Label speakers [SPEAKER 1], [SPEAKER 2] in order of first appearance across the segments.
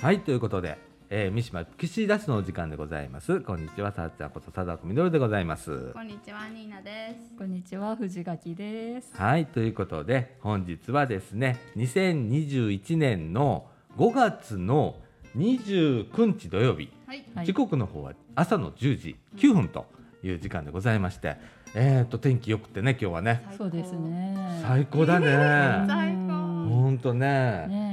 [SPEAKER 1] はいということで、えー、三島岸田市のお時間でございますこんにちはさっちゃんこと貞子みどるでございます
[SPEAKER 2] こんにちは、ニーナです。
[SPEAKER 3] こんにちは藤垣です。
[SPEAKER 1] はいということで本日はですね2021年の5月の29日土曜日
[SPEAKER 2] はい。
[SPEAKER 3] はい
[SPEAKER 1] 時刻の方は朝の10時9分という時間でございまして、えー、と天気良くてね今日はね
[SPEAKER 2] 最高
[SPEAKER 3] そうです。ね。
[SPEAKER 1] 最高だね。
[SPEAKER 2] 最
[SPEAKER 3] う
[SPEAKER 2] 高。
[SPEAKER 3] ん
[SPEAKER 1] ほんとね
[SPEAKER 3] ね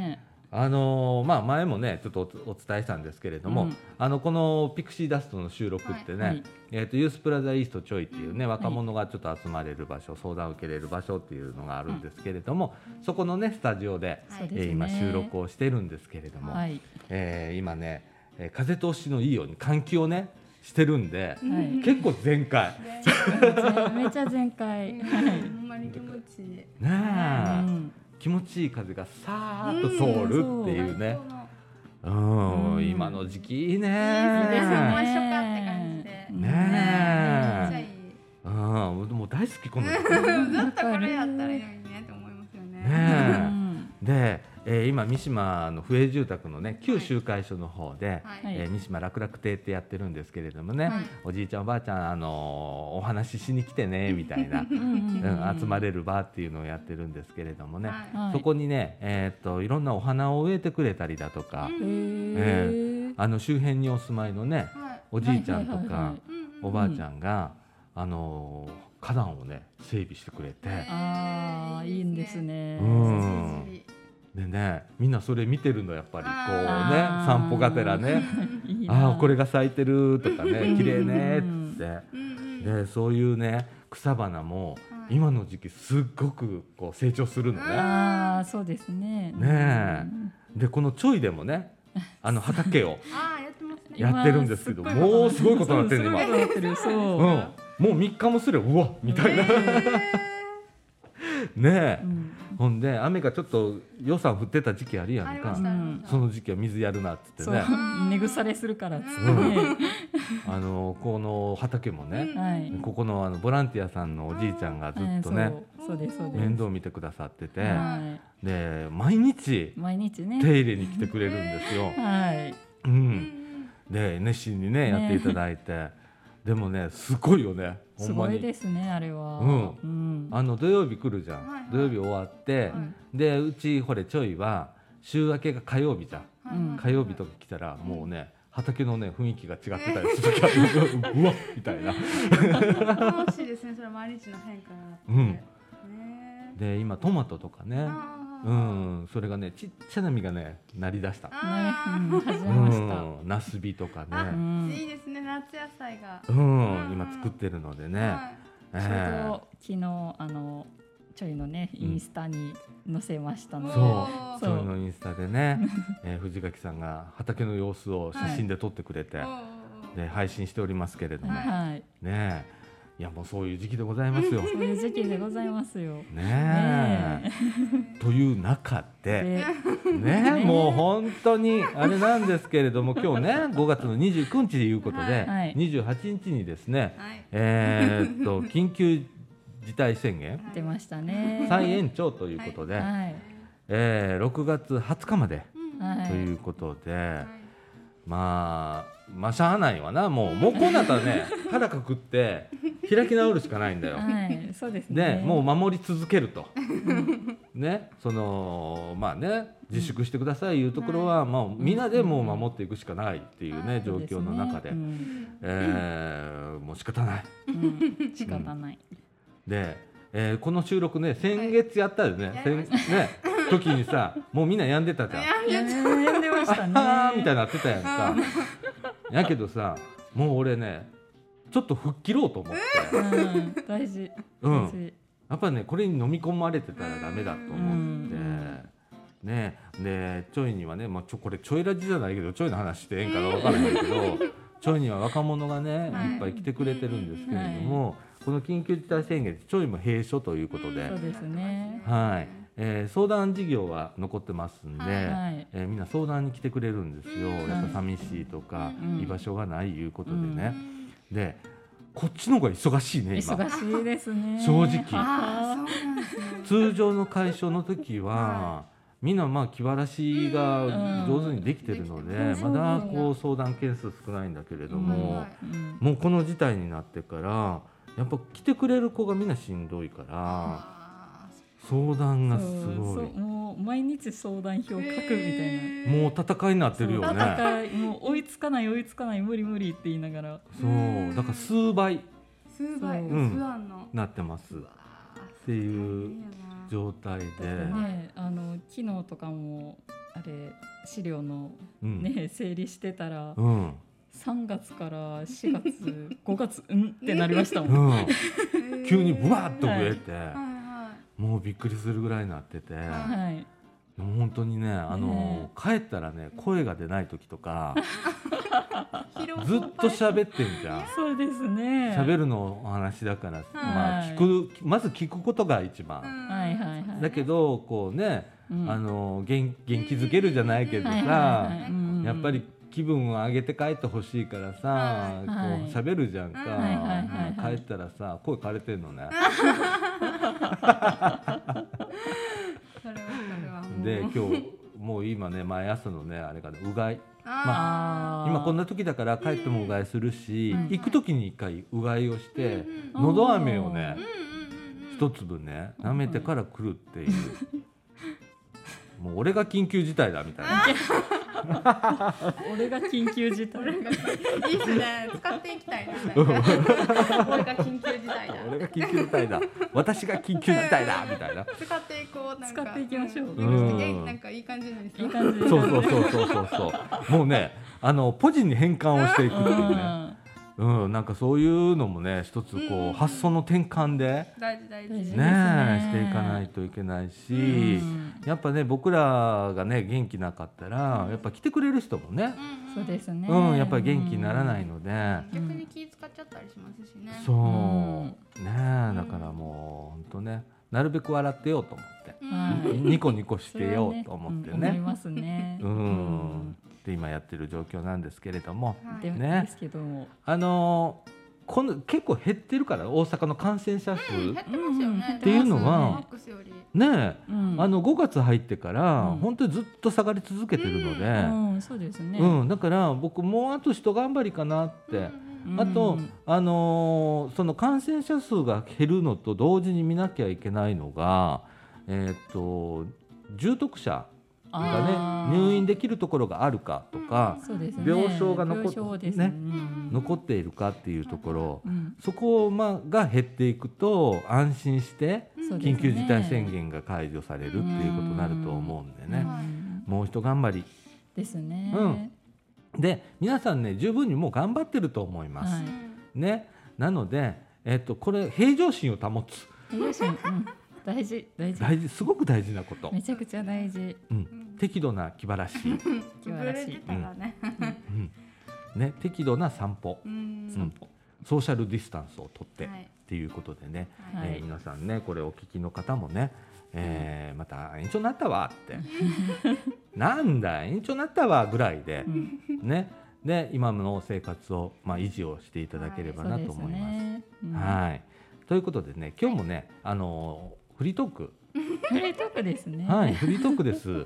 [SPEAKER 1] あのーまあ、前もねちょっとおお伝えしたんですけれども、
[SPEAKER 3] うん
[SPEAKER 1] あのこの「ピクシーダスト」の収録ってね、
[SPEAKER 3] はい
[SPEAKER 1] えー、とユースプラザイーストちょいっていうね、
[SPEAKER 3] ん
[SPEAKER 1] 若者がちょっと集まれる場所相談を受けれる場所っていうのがあるんですけれども、そこのねスタジオで、
[SPEAKER 2] はい
[SPEAKER 3] そう
[SPEAKER 1] え
[SPEAKER 3] です
[SPEAKER 1] ー
[SPEAKER 3] ね。
[SPEAKER 1] 今収録をしてるんですけれども、
[SPEAKER 3] はい
[SPEAKER 1] えー今ね、えー風通しのいいように換気をねしてるんで、
[SPEAKER 3] んはい
[SPEAKER 1] 結構全開。
[SPEAKER 2] ね
[SPEAKER 3] めちゃ前回。
[SPEAKER 2] うん
[SPEAKER 3] はい
[SPEAKER 2] ほんまに気持ちいい。
[SPEAKER 1] ね
[SPEAKER 3] う
[SPEAKER 1] え、
[SPEAKER 3] ん
[SPEAKER 1] 気持ちいい風がさーっと通るっていうね。
[SPEAKER 2] 最高の
[SPEAKER 1] うん、
[SPEAKER 3] うん
[SPEAKER 1] 今の時期いいね。
[SPEAKER 2] いいですね一緒か
[SPEAKER 3] ね
[SPEAKER 2] って感じでめっちゃいい
[SPEAKER 1] ね。うん、もう大好きこの時期ね
[SPEAKER 2] ずっとこれやったらいいのにねって思いますよね。
[SPEAKER 3] う
[SPEAKER 1] え。
[SPEAKER 3] ん
[SPEAKER 1] で、えー今三島の不営住宅のね旧集会所の方で、
[SPEAKER 2] はい。
[SPEAKER 3] はい
[SPEAKER 1] えー三島楽楽亭ってやってるんですけれどもね、
[SPEAKER 2] はい
[SPEAKER 1] おじいちゃんおばあちゃんあのーお話ししに来てねみたい な、
[SPEAKER 3] うんうん
[SPEAKER 1] うん、集まれる場っていうのをやってるんですけれどもね、
[SPEAKER 2] はい
[SPEAKER 3] はい
[SPEAKER 1] そこにねえーっといろんなお花を植えてくれたりだとか、
[SPEAKER 2] うん
[SPEAKER 3] へー
[SPEAKER 1] あの周辺にお住まいのね
[SPEAKER 2] はい
[SPEAKER 1] おじいちゃんとか、
[SPEAKER 3] はいはいはいはい
[SPEAKER 2] うんうん
[SPEAKER 1] おばあちゃんが、あのー花壇をね整備してくれて、
[SPEAKER 3] ああいいんですね。
[SPEAKER 1] うん
[SPEAKER 2] じじ
[SPEAKER 1] でねみんなそれ見てるのやっぱりこうね
[SPEAKER 3] あー
[SPEAKER 1] 散歩がてらね
[SPEAKER 3] い
[SPEAKER 1] 「
[SPEAKER 3] いな
[SPEAKER 1] ああーこれが咲いてる」とかね
[SPEAKER 3] う
[SPEAKER 1] 「
[SPEAKER 3] ん
[SPEAKER 1] 綺麗ね」っつっ
[SPEAKER 2] りうんうん
[SPEAKER 1] てでそういうね草花も
[SPEAKER 2] はい
[SPEAKER 1] 今の時期すっごくこう成長するのね。
[SPEAKER 3] ああそうですね。
[SPEAKER 1] ねでこのちょいでも ねあの畑を
[SPEAKER 2] ああやってますね。
[SPEAKER 1] やってるんですけど
[SPEAKER 3] 今
[SPEAKER 1] もうすごいことになってる
[SPEAKER 3] す
[SPEAKER 1] 今
[SPEAKER 3] ごいことになってるそうう。
[SPEAKER 1] んもう3日もすればうわみたいなねえ
[SPEAKER 3] うん
[SPEAKER 1] ほんで雨がちょっと予算降ってた時期あるや
[SPEAKER 2] あ
[SPEAKER 1] ん
[SPEAKER 2] りま
[SPEAKER 1] か
[SPEAKER 2] したありました
[SPEAKER 1] その時期は水やるなっつって
[SPEAKER 3] そう
[SPEAKER 1] ね
[SPEAKER 3] 根腐れするからっつってね。
[SPEAKER 1] あのこの畑もね、
[SPEAKER 3] は
[SPEAKER 2] う
[SPEAKER 3] い。
[SPEAKER 1] ここのあのボランティアさんのおじいちゃんがずっと
[SPEAKER 3] は
[SPEAKER 1] ね
[SPEAKER 3] い、そうそうですそうです。
[SPEAKER 1] 面倒見てくださってて、
[SPEAKER 3] は
[SPEAKER 1] で毎日
[SPEAKER 3] い。毎日ね。
[SPEAKER 1] 手入れに来てくれるんですよ。
[SPEAKER 3] はい。
[SPEAKER 1] う、
[SPEAKER 2] うんん
[SPEAKER 1] で熱心にね
[SPEAKER 3] ね
[SPEAKER 1] やっていただいて、でもねすごいよねほ
[SPEAKER 3] す
[SPEAKER 1] んま
[SPEAKER 3] ごい
[SPEAKER 1] に
[SPEAKER 3] で。すね、あれは。
[SPEAKER 1] うん
[SPEAKER 3] うん。
[SPEAKER 1] あの土曜日来るじゃん、
[SPEAKER 2] はいはい
[SPEAKER 1] 土曜日終わって、
[SPEAKER 2] は
[SPEAKER 1] でうちほれちょいは週明けが火曜日じゃん。
[SPEAKER 2] はいはいはい
[SPEAKER 1] 火曜日とか来たらもうね畑のね雰囲気が違ってたりする時あるうわっみたいな
[SPEAKER 2] 楽しいですねそれ毎日の変化があって
[SPEAKER 1] うん
[SPEAKER 2] ねえ
[SPEAKER 1] で今トマトとかね
[SPEAKER 2] あ
[SPEAKER 1] う
[SPEAKER 2] ー
[SPEAKER 1] んそれがねちっちゃな実がねなりだした
[SPEAKER 3] ね、
[SPEAKER 2] あ
[SPEAKER 3] うん、始
[SPEAKER 1] う
[SPEAKER 3] めました。
[SPEAKER 1] んナスビとか
[SPEAKER 2] あ
[SPEAKER 3] う
[SPEAKER 1] ね
[SPEAKER 2] ー
[SPEAKER 3] ん。
[SPEAKER 2] いいですね夏野菜が
[SPEAKER 1] うん今作ってるのでね
[SPEAKER 2] はい
[SPEAKER 3] ちょう
[SPEAKER 1] ええ
[SPEAKER 3] ど昨日あのちょいのね
[SPEAKER 1] うん
[SPEAKER 3] インスタに載せましたので、
[SPEAKER 1] そ
[SPEAKER 2] お
[SPEAKER 1] う
[SPEAKER 2] ー
[SPEAKER 1] それのインスタでねえー藤垣さんが畑の様子を写真で撮ってくれて
[SPEAKER 2] おうおうおう
[SPEAKER 1] で配信しておりますけれども
[SPEAKER 2] はい
[SPEAKER 3] はい。
[SPEAKER 1] ねいやもうそういう時期でございますよ
[SPEAKER 3] そういう時期でございますよ。
[SPEAKER 1] ねえという中で
[SPEAKER 3] で、
[SPEAKER 1] ね、
[SPEAKER 3] ね
[SPEAKER 1] もう本当にあれなんですけれども、今日ね、5月の29日ということで、
[SPEAKER 3] はい
[SPEAKER 1] 28日にですね、
[SPEAKER 2] はい
[SPEAKER 1] えーっと緊急事態宣言
[SPEAKER 3] 出ましたね。
[SPEAKER 1] 再延長ということで、
[SPEAKER 3] はい。
[SPEAKER 1] えー6月20日まで
[SPEAKER 2] うん
[SPEAKER 3] は
[SPEAKER 1] と
[SPEAKER 3] い
[SPEAKER 1] いうことで、
[SPEAKER 2] はい
[SPEAKER 1] まあまあしゃあないわな、もうもうこうなったらね、腹くくって開き直るしかないんだよ。
[SPEAKER 3] はい。そうですね。
[SPEAKER 1] で、もう守り続けると。ね、そのまあね自粛してくださいいうところは、まあ、みんなでもう守っていくしかないっていうね、
[SPEAKER 2] うん
[SPEAKER 1] 状
[SPEAKER 3] そうすね
[SPEAKER 1] 況の中で、
[SPEAKER 3] うん
[SPEAKER 1] えーもう仕方ない
[SPEAKER 3] うん仕方ない。
[SPEAKER 1] で、えーこの収録ね先月やったよね,、
[SPEAKER 2] はい
[SPEAKER 1] 先
[SPEAKER 2] やり
[SPEAKER 1] ね時にさもうみんな病んでたじゃん
[SPEAKER 2] や
[SPEAKER 3] いやー出ましたね。
[SPEAKER 1] あーみたいになってたやんかやけどさもう俺ねちょっと吹っ切ろうと思って、
[SPEAKER 3] うん大事。
[SPEAKER 1] うん
[SPEAKER 3] 大、事
[SPEAKER 1] やっぱねこれに飲み込まれてたらダメだと思って
[SPEAKER 3] う。
[SPEAKER 1] ねでちょいにはね、まあ、ちょこれちょいラジじゃないけどちょいの話してええんかどうか分からへんけどちょいには若者がね、
[SPEAKER 2] はい
[SPEAKER 1] い、っぱい来てくれてるんですけれども、この緊急事態宣言でちょいも閉所ということで、
[SPEAKER 3] そうですね
[SPEAKER 1] はいえー相談事業は残ってますんで、
[SPEAKER 2] はい
[SPEAKER 3] はい。
[SPEAKER 1] えーみんな相談に来てくれるんですよ、
[SPEAKER 2] うん
[SPEAKER 1] やっぱ寂しいとか、
[SPEAKER 3] うん
[SPEAKER 1] 居場所がないいうことで
[SPEAKER 2] う
[SPEAKER 1] ね、
[SPEAKER 2] ん
[SPEAKER 1] でこっちの方が忙しいね今。
[SPEAKER 3] 忙しいですね。
[SPEAKER 1] 正直
[SPEAKER 2] ああそうなんですね
[SPEAKER 1] 通常の解消の時はみんなまあ気晴らしが上手にできてるので、
[SPEAKER 3] うんうん
[SPEAKER 1] まだ
[SPEAKER 3] うん
[SPEAKER 1] こう相談件数少ないんだけれど
[SPEAKER 3] うん
[SPEAKER 1] も、
[SPEAKER 3] うん
[SPEAKER 1] もうこの事態になってからやっぱ来てくれる子がみんなしんどいから相談がす
[SPEAKER 3] そ
[SPEAKER 1] ご
[SPEAKER 3] う
[SPEAKER 1] い
[SPEAKER 3] そうもう毎日相談票書くみたいな、
[SPEAKER 1] もう戦いになってるよ
[SPEAKER 3] そうなん
[SPEAKER 1] ね
[SPEAKER 3] かもう追いつかない追いつかない無理無理って言いながら
[SPEAKER 1] そうだから数倍
[SPEAKER 2] 数倍
[SPEAKER 3] そう
[SPEAKER 1] うん
[SPEAKER 2] スワンの
[SPEAKER 1] なってます
[SPEAKER 2] うわー
[SPEAKER 1] っていう状態で、
[SPEAKER 3] ねあの機能とかもあれ資料の
[SPEAKER 1] うん
[SPEAKER 3] ね、整理してたら
[SPEAKER 1] うん
[SPEAKER 3] 3月から4月5月うんってなりました
[SPEAKER 1] うん、
[SPEAKER 3] もん。
[SPEAKER 2] 大変やな
[SPEAKER 1] 急にブワーッと増
[SPEAKER 2] はい
[SPEAKER 1] えて、
[SPEAKER 2] は
[SPEAKER 1] もうびっくりするぐらいになってて、
[SPEAKER 2] は
[SPEAKER 3] はい、
[SPEAKER 1] もう本当にねあの
[SPEAKER 3] ね
[SPEAKER 1] 帰ったらね声が出ない時と か
[SPEAKER 2] いはい
[SPEAKER 1] ずっと喋ってんじゃん。
[SPEAKER 3] そうですね。
[SPEAKER 1] 喋るのお話だから、まあ
[SPEAKER 3] はい
[SPEAKER 1] 聞くまず聞くことが一番、
[SPEAKER 3] はいはいはい
[SPEAKER 1] だけどこうね、
[SPEAKER 3] うん
[SPEAKER 1] あの元元気づけるじゃないけどさ、
[SPEAKER 3] はいはいはいうん
[SPEAKER 1] やっぱり気分を上げて帰ってほしいからさ、
[SPEAKER 2] はい
[SPEAKER 3] はい
[SPEAKER 1] こう喋るじゃんか、
[SPEAKER 2] はい
[SPEAKER 3] はいはいはい
[SPEAKER 1] 帰ったらさ声枯れてんのね、
[SPEAKER 2] それはそれは
[SPEAKER 1] で今日もう今ね毎朝のねあれがねうがい
[SPEAKER 2] あ
[SPEAKER 1] 今こん
[SPEAKER 3] な
[SPEAKER 1] な時だから帰ってもうがいするし、
[SPEAKER 3] うん
[SPEAKER 1] 行く時に一回うがいをし
[SPEAKER 2] ー
[SPEAKER 1] て、
[SPEAKER 2] うん
[SPEAKER 3] うん
[SPEAKER 1] 喉飴をね
[SPEAKER 2] うんうんうんうん
[SPEAKER 1] 一粒ね舐めてから来るって いう、もう俺が緊急事態だみたいな
[SPEAKER 3] 俺が緊急事態
[SPEAKER 2] いいっすね使っていきたいななんかこれが緊急事態だ
[SPEAKER 1] 俺が緊急事態 だ私が緊急事態だみたいな
[SPEAKER 2] 使っていこうなんか
[SPEAKER 3] 使っていきましょう
[SPEAKER 2] うん
[SPEAKER 1] うん
[SPEAKER 2] なんかいい感じになり
[SPEAKER 3] い
[SPEAKER 2] そ
[SPEAKER 3] いう感じ
[SPEAKER 1] そうそうそうそうそうそうもうねあのポジに変換をしていくっていうね、うん、なんかそういうのもね一つこう、
[SPEAKER 2] うん
[SPEAKER 1] 発想の転換で。
[SPEAKER 2] 大事大事
[SPEAKER 3] 大事
[SPEAKER 1] ね
[SPEAKER 3] ね
[SPEAKER 1] していかないといけないし、
[SPEAKER 3] うん
[SPEAKER 1] やっぱね僕らがね元気なかったらやっぱ来てくれる人もね
[SPEAKER 2] う、んん
[SPEAKER 3] そうですね。
[SPEAKER 1] うん、やっぱり元気にならないので、
[SPEAKER 2] 逆に気使っちゃったりしますしね
[SPEAKER 1] そうう、
[SPEAKER 3] うん
[SPEAKER 1] ねえだからもう本当ねなるべく笑ってようと思って、
[SPEAKER 2] ん
[SPEAKER 3] はい
[SPEAKER 1] ニコニコし
[SPEAKER 3] そ
[SPEAKER 1] て
[SPEAKER 3] れ
[SPEAKER 1] よ
[SPEAKER 3] はね
[SPEAKER 1] うと思って
[SPEAKER 3] うん思い
[SPEAKER 1] ね。
[SPEAKER 3] ますね。
[SPEAKER 1] うん
[SPEAKER 3] うん
[SPEAKER 1] で今やってる状況なんですけれども、
[SPEAKER 2] はい
[SPEAKER 3] で
[SPEAKER 1] ね
[SPEAKER 3] ですけども、
[SPEAKER 1] あのーこの結構減ってるから大阪の感染者数、
[SPEAKER 2] うん減ってますよね
[SPEAKER 3] って
[SPEAKER 1] いうのは
[SPEAKER 2] マックスより
[SPEAKER 1] ねえ、
[SPEAKER 3] うん
[SPEAKER 1] あの5月入ってから、
[SPEAKER 3] うん
[SPEAKER 1] 本当にずっと下がり続けてるので。
[SPEAKER 3] うん、そうですね。
[SPEAKER 1] うん、だから僕もうあと一頑張りかなって、
[SPEAKER 3] うん
[SPEAKER 1] あと
[SPEAKER 3] うん、
[SPEAKER 1] あのーその感染者数が減るのと同時に見なきゃいけないのが、えー、と重篤者が
[SPEAKER 3] あ
[SPEAKER 1] ね
[SPEAKER 3] ー
[SPEAKER 1] 入院できるところがあるかとか、
[SPEAKER 3] そうですね。
[SPEAKER 1] 病床が残っ
[SPEAKER 3] 病床ですね。
[SPEAKER 1] ね残っているかっていうところ、
[SPEAKER 3] うん
[SPEAKER 1] そこ、まあ、が減っていくと安心して
[SPEAKER 3] そうですね
[SPEAKER 1] 緊急事態宣言が解除されるっていうことになると思うんで
[SPEAKER 3] う
[SPEAKER 1] ね。
[SPEAKER 3] ん
[SPEAKER 1] もう一頑張り
[SPEAKER 3] ですね。
[SPEAKER 1] うんで皆さんね十分にもう頑張ってると思います。
[SPEAKER 3] はい
[SPEAKER 1] ね、なので、えっと、これ平常心を保つ
[SPEAKER 3] 栄養士うん大事大事。
[SPEAKER 1] 大事すごく大事なこと、
[SPEAKER 3] めちゃくちゃ大事。
[SPEAKER 1] うん、適度な気晴らし、
[SPEAKER 3] 気晴
[SPEAKER 2] ブレ
[SPEAKER 3] らしい
[SPEAKER 2] てたらね
[SPEAKER 1] うんね、適度な散歩
[SPEAKER 2] うん
[SPEAKER 1] うんソーシャルディスタンスをとって、
[SPEAKER 2] はい
[SPEAKER 1] っていうことでね、
[SPEAKER 2] は
[SPEAKER 1] えー皆さんねこれお聞きの方もね、えーまた延長になったわってなんだ延長になったわぐらい で
[SPEAKER 3] う、ん
[SPEAKER 1] ね、で今の生活を、まあ、維持をしていただければ
[SPEAKER 3] そう
[SPEAKER 1] な
[SPEAKER 3] で
[SPEAKER 1] と
[SPEAKER 3] す
[SPEAKER 1] 思います。
[SPEAKER 3] ね。うん
[SPEAKER 1] はい。ということでね、今日もね、あのーフリートーク、
[SPEAKER 3] フリートークですね。
[SPEAKER 1] はい、フリートーク です。
[SPEAKER 2] はい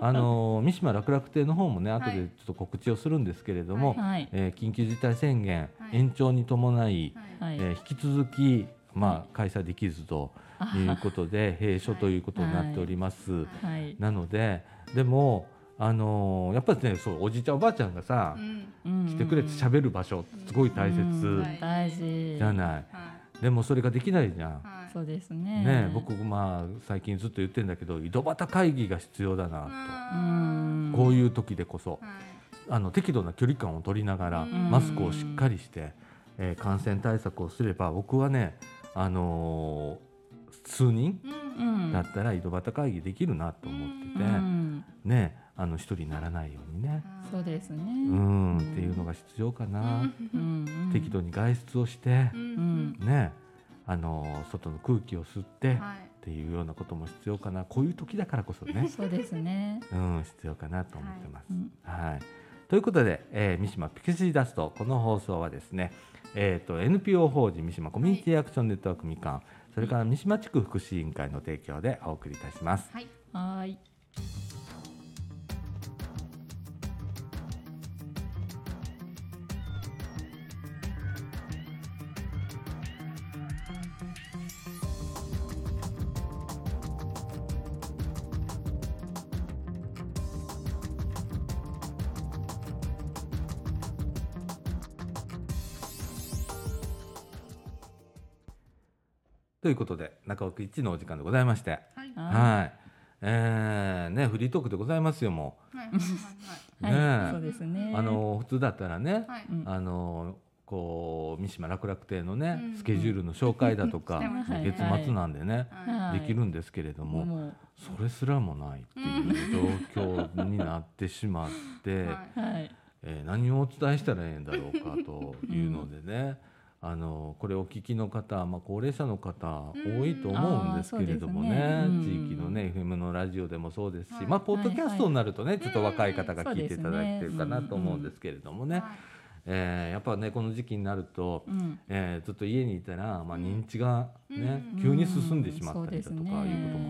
[SPEAKER 1] あのー三島楽楽亭の方もね、後
[SPEAKER 2] はい
[SPEAKER 1] でちょっと告知をするんですけれども、
[SPEAKER 3] はい
[SPEAKER 1] えー緊急事態宣言
[SPEAKER 2] はい
[SPEAKER 1] 延長に伴い、
[SPEAKER 2] はい
[SPEAKER 3] はい
[SPEAKER 1] え。ー引き続きまあ開催できずということで閉所ということになっております。
[SPEAKER 2] はい
[SPEAKER 3] はい。
[SPEAKER 1] なので、でもあのーやっぱりね、そうおじいちゃんおばあちゃんがさ
[SPEAKER 2] う、ん
[SPEAKER 3] 来
[SPEAKER 1] 来てくれて喋る場所すごい大
[SPEAKER 3] うん
[SPEAKER 1] 切
[SPEAKER 2] はい
[SPEAKER 3] 大事
[SPEAKER 1] じゃない。
[SPEAKER 2] は
[SPEAKER 1] でもそれができないじゃん
[SPEAKER 2] い。はい
[SPEAKER 3] そうですね
[SPEAKER 1] ねえ、僕まあ最近ずっと言ってんだけど井戸端会議が必要だな
[SPEAKER 3] う
[SPEAKER 2] うん
[SPEAKER 1] と、
[SPEAKER 3] ん
[SPEAKER 1] こういう時でこそ
[SPEAKER 2] はい
[SPEAKER 1] あの適度な距離感を取りながら、
[SPEAKER 2] うん
[SPEAKER 1] マスクをしっかりして、えー感染対策をすれば僕はね、あのー数人
[SPEAKER 2] う
[SPEAKER 3] うんん
[SPEAKER 1] だったら井戸端会議できるなと思ってて、
[SPEAKER 3] うん
[SPEAKER 1] ねえあの一人にならないようにね、
[SPEAKER 3] そうですね
[SPEAKER 1] うん、っていうのが必要か
[SPEAKER 2] は
[SPEAKER 1] な、
[SPEAKER 2] い
[SPEAKER 3] うん
[SPEAKER 1] 適度に外出をして
[SPEAKER 2] う、んう
[SPEAKER 3] う
[SPEAKER 2] ん
[SPEAKER 3] ん
[SPEAKER 1] ねえあのー外の空気を吸って。
[SPEAKER 2] はい
[SPEAKER 1] っていうようなことも必要かなこういう時だからこそ ね
[SPEAKER 3] そうですね
[SPEAKER 1] うん必要かなと思ってます
[SPEAKER 3] う。ん
[SPEAKER 1] はい、ということで、えー三島ピクシーダストこの放送はですね、えー、と NPO 法人三島コミュニティアクションネットワークみかん、それから三島地区福祉委員会の提供でお送りいたします。
[SPEAKER 2] はい
[SPEAKER 3] はーい
[SPEAKER 1] ということで中奥一のお時間でございまして、
[SPEAKER 2] はい
[SPEAKER 3] あ
[SPEAKER 2] はい
[SPEAKER 3] はい
[SPEAKER 1] はいえーね、フリートークでございますよも
[SPEAKER 2] はいはい
[SPEAKER 3] は
[SPEAKER 1] ね
[SPEAKER 3] い、
[SPEAKER 1] え
[SPEAKER 3] そうですね
[SPEAKER 1] う、あの普通だったらね、
[SPEAKER 2] はい。はい
[SPEAKER 3] うん
[SPEAKER 1] あのこう三島楽楽亭の
[SPEAKER 2] う
[SPEAKER 1] ね
[SPEAKER 2] ん
[SPEAKER 1] スケジュールの紹介だとか、
[SPEAKER 2] うんしてます
[SPEAKER 1] もう
[SPEAKER 2] ね
[SPEAKER 1] 月末なんでね、
[SPEAKER 2] は
[SPEAKER 3] はい
[SPEAKER 1] できるんですけれども、
[SPEAKER 3] も
[SPEAKER 1] それすらもないっていう状況になってしまって、
[SPEAKER 2] い。
[SPEAKER 3] うはい
[SPEAKER 1] えー何をお伝えしたらええんだろうかというのでね、あのこれお聞きの方、まあ、高齢者の方
[SPEAKER 2] うん
[SPEAKER 1] 多いと思うんですけれどもね
[SPEAKER 3] あーそうですね
[SPEAKER 1] 地域のね FM のラジオでもそうですし、
[SPEAKER 2] はい
[SPEAKER 1] まあ、ポッドキャストになるとね、
[SPEAKER 2] い
[SPEAKER 1] ちょっと若い方が
[SPEAKER 3] うん
[SPEAKER 1] 聞いていただいてるかな
[SPEAKER 3] そうですね
[SPEAKER 1] と思うんですけれどもね、
[SPEAKER 2] はい
[SPEAKER 1] えーやっぱねこの時期になると、
[SPEAKER 3] うん
[SPEAKER 1] えーずっと家にいたら、まあ、認知がね、
[SPEAKER 2] うん
[SPEAKER 1] 急に進んでしまったりだとかいううん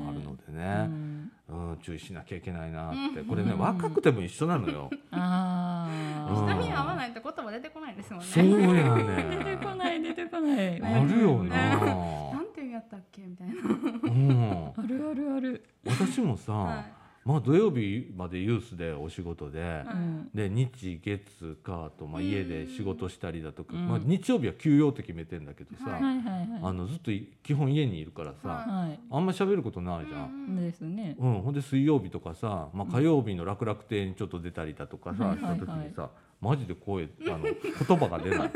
[SPEAKER 1] こと
[SPEAKER 3] そうですね
[SPEAKER 1] もあるのでね。
[SPEAKER 3] うん
[SPEAKER 1] うん、注意しなきゃいけないなって、これね、
[SPEAKER 3] うん
[SPEAKER 1] 若くても一緒なのよ。
[SPEAKER 3] あ
[SPEAKER 1] うん
[SPEAKER 2] 人
[SPEAKER 3] ー
[SPEAKER 2] に合わないって言葉出てこないですもんね。
[SPEAKER 1] そうや
[SPEAKER 3] 出て
[SPEAKER 1] ね。
[SPEAKER 3] こない出てこない
[SPEAKER 1] あるよ な
[SPEAKER 2] な。んていうんやったっけみたいな。
[SPEAKER 1] うん、
[SPEAKER 3] あるあるある、
[SPEAKER 1] 私もさ、
[SPEAKER 2] はい
[SPEAKER 1] まあ土曜日までユースでお仕事で
[SPEAKER 3] う
[SPEAKER 2] は。
[SPEAKER 3] ん、
[SPEAKER 1] で日月火と、まあ、
[SPEAKER 2] うん
[SPEAKER 1] 家で仕事したりだとか、
[SPEAKER 3] うん
[SPEAKER 1] まあ、日曜日は休養って決めてんだけどさ、
[SPEAKER 2] は
[SPEAKER 3] はいはいは
[SPEAKER 1] あのずっと基本家にいるからさ、
[SPEAKER 2] はい
[SPEAKER 3] はい
[SPEAKER 1] あんま喋ることないじゃん。
[SPEAKER 3] ですね
[SPEAKER 1] うんほんで水曜日とかさ、まあ、火曜日の楽々亭にちょっと出たりだとかさ、
[SPEAKER 3] うん
[SPEAKER 1] した時にさ、マジで声あの言葉が出 ない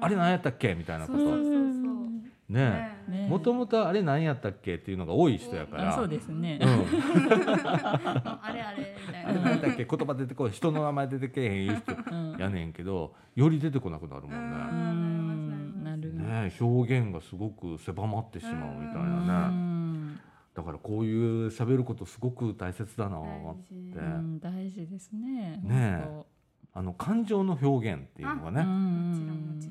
[SPEAKER 1] あれ何やったっけみたいなこと
[SPEAKER 2] そうそう
[SPEAKER 1] ねえ
[SPEAKER 2] ね
[SPEAKER 3] ね
[SPEAKER 1] もともとあれ何やったっけっていうのが多い人やから
[SPEAKER 3] あそうですね、
[SPEAKER 1] うん
[SPEAKER 2] あれあれみたい
[SPEAKER 1] あれ
[SPEAKER 2] な。
[SPEAKER 1] 何だっけ言葉出てこい人の名前出てけえへん言う人
[SPEAKER 3] うん
[SPEAKER 1] やねんけどより出てこなくなるも
[SPEAKER 3] うん
[SPEAKER 1] ね
[SPEAKER 3] んなる
[SPEAKER 1] ねえ表現がすごく狭まってしまうみたいなね
[SPEAKER 3] ね
[SPEAKER 1] だからこういう喋ることすごく大切だな
[SPEAKER 3] う
[SPEAKER 1] ね
[SPEAKER 3] ん、大事ですね。
[SPEAKER 1] ねえ
[SPEAKER 3] 本
[SPEAKER 1] あの感情の表現っていうのが
[SPEAKER 3] 当
[SPEAKER 1] ね
[SPEAKER 2] もちろんもち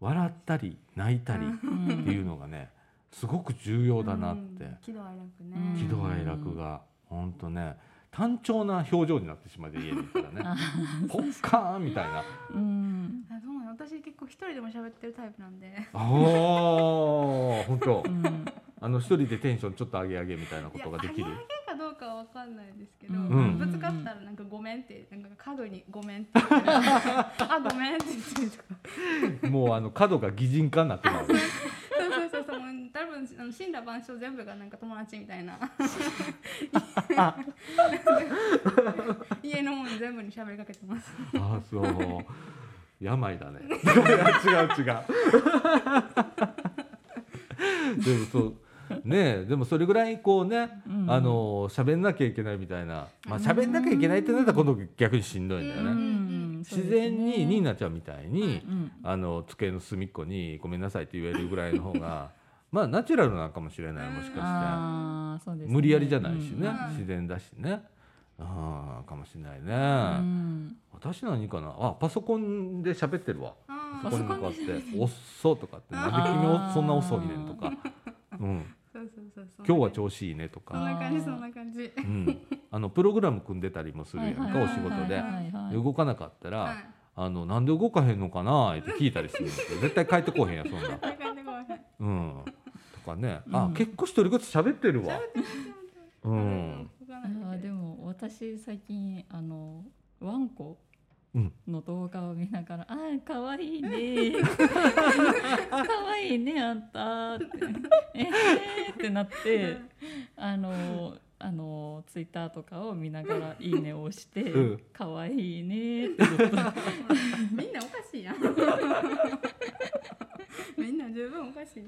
[SPEAKER 1] 笑ったり泣いたり
[SPEAKER 2] ろん。
[SPEAKER 3] うん
[SPEAKER 1] っていうのがねすごく重要だなって
[SPEAKER 2] 喜怒哀楽
[SPEAKER 3] うん
[SPEAKER 1] 喜
[SPEAKER 2] ね。
[SPEAKER 1] 怒哀楽がほんとね単調な表情になってしまって家にいたら
[SPEAKER 3] あ
[SPEAKER 1] ねポッカーンみたいな
[SPEAKER 3] うん、
[SPEAKER 2] あそうなの私結構一人でも喋ってるタイプなんで。
[SPEAKER 1] ああほんと
[SPEAKER 3] うん、
[SPEAKER 1] あの一人でテンションちょっと上げ上げみたいなこ
[SPEAKER 2] いや
[SPEAKER 1] と
[SPEAKER 2] 上
[SPEAKER 1] が
[SPEAKER 2] げ
[SPEAKER 1] で
[SPEAKER 2] 上
[SPEAKER 1] き
[SPEAKER 2] げ
[SPEAKER 1] る
[SPEAKER 2] かどうかはわかんないですけど、
[SPEAKER 3] うん
[SPEAKER 2] ぶつかったらなんかごめんってなんか家具にごめんって言 ったりあごめんって言ってるとか
[SPEAKER 1] もうあの角が擬人化になってます
[SPEAKER 2] そうそうそうそうもう多分あの死んだ晩鐘全部がなんか友達みたいな家のもん全部に喋りかけて ます
[SPEAKER 1] ああそう病だねいや違う違 うでもそうねえでもそれぐらいこうね、
[SPEAKER 3] うん
[SPEAKER 1] あの喋んなきゃいけないみたいなまあ喋んなきゃいけないってなったら今度逆にしんどいんだよね、
[SPEAKER 2] うん
[SPEAKER 3] うん
[SPEAKER 1] 自然にニー、ナちゃんみたいに、
[SPEAKER 3] うん、
[SPEAKER 1] あの机の隅っこに「ごめんなさい」って言えるぐらいの方がまあナチュラルなのかもしれないもしかして。
[SPEAKER 3] ああ、そうです、ね。
[SPEAKER 1] 無理やりじゃないしね、
[SPEAKER 2] うん
[SPEAKER 1] 自然だしねあーかもしれないね、
[SPEAKER 3] うん、うん、
[SPEAKER 1] 私何かなあパソコンで喋ってるわ
[SPEAKER 2] あ
[SPEAKER 1] パ
[SPEAKER 2] あ
[SPEAKER 1] ソ
[SPEAKER 2] そ
[SPEAKER 1] コ
[SPEAKER 2] う
[SPEAKER 1] ンに向かって「遅っ」とかって「なんで
[SPEAKER 3] あ
[SPEAKER 1] 君
[SPEAKER 3] ー
[SPEAKER 1] そんな遅いねん」とか「うん、
[SPEAKER 2] そうそうそう
[SPEAKER 1] 今日は
[SPEAKER 2] ょ
[SPEAKER 1] 調子いいね」と
[SPEAKER 2] そん
[SPEAKER 1] か、
[SPEAKER 2] な感じそんな感じ
[SPEAKER 1] うん、あのプログラム組んでたりもするやんか、
[SPEAKER 3] はいはい
[SPEAKER 1] お仕事で。
[SPEAKER 3] はいはいはい
[SPEAKER 1] で動かなかったら、
[SPEAKER 2] はい
[SPEAKER 1] あのなんで動かへんのかなって聞いたりするんですけど絶対帰ってこうへんやんそんな
[SPEAKER 2] こういう感じでごめん喋
[SPEAKER 1] うんとかね、あ
[SPEAKER 3] うん
[SPEAKER 1] 結構独り言喋ってるわ
[SPEAKER 2] ってます
[SPEAKER 1] う
[SPEAKER 2] 喋
[SPEAKER 1] ん
[SPEAKER 2] ってます
[SPEAKER 3] ああでも私最近あのワンコ
[SPEAKER 1] うん
[SPEAKER 3] の動画を見ながら「ああ可愛いね 可愛いねあんた」って「えー」ってなってあのあのツイッターとかを見ながら「いいね」を押して
[SPEAKER 1] うん
[SPEAKER 3] 「可愛いね」ってずっと
[SPEAKER 2] みんなおかしい やんみんな十分おかし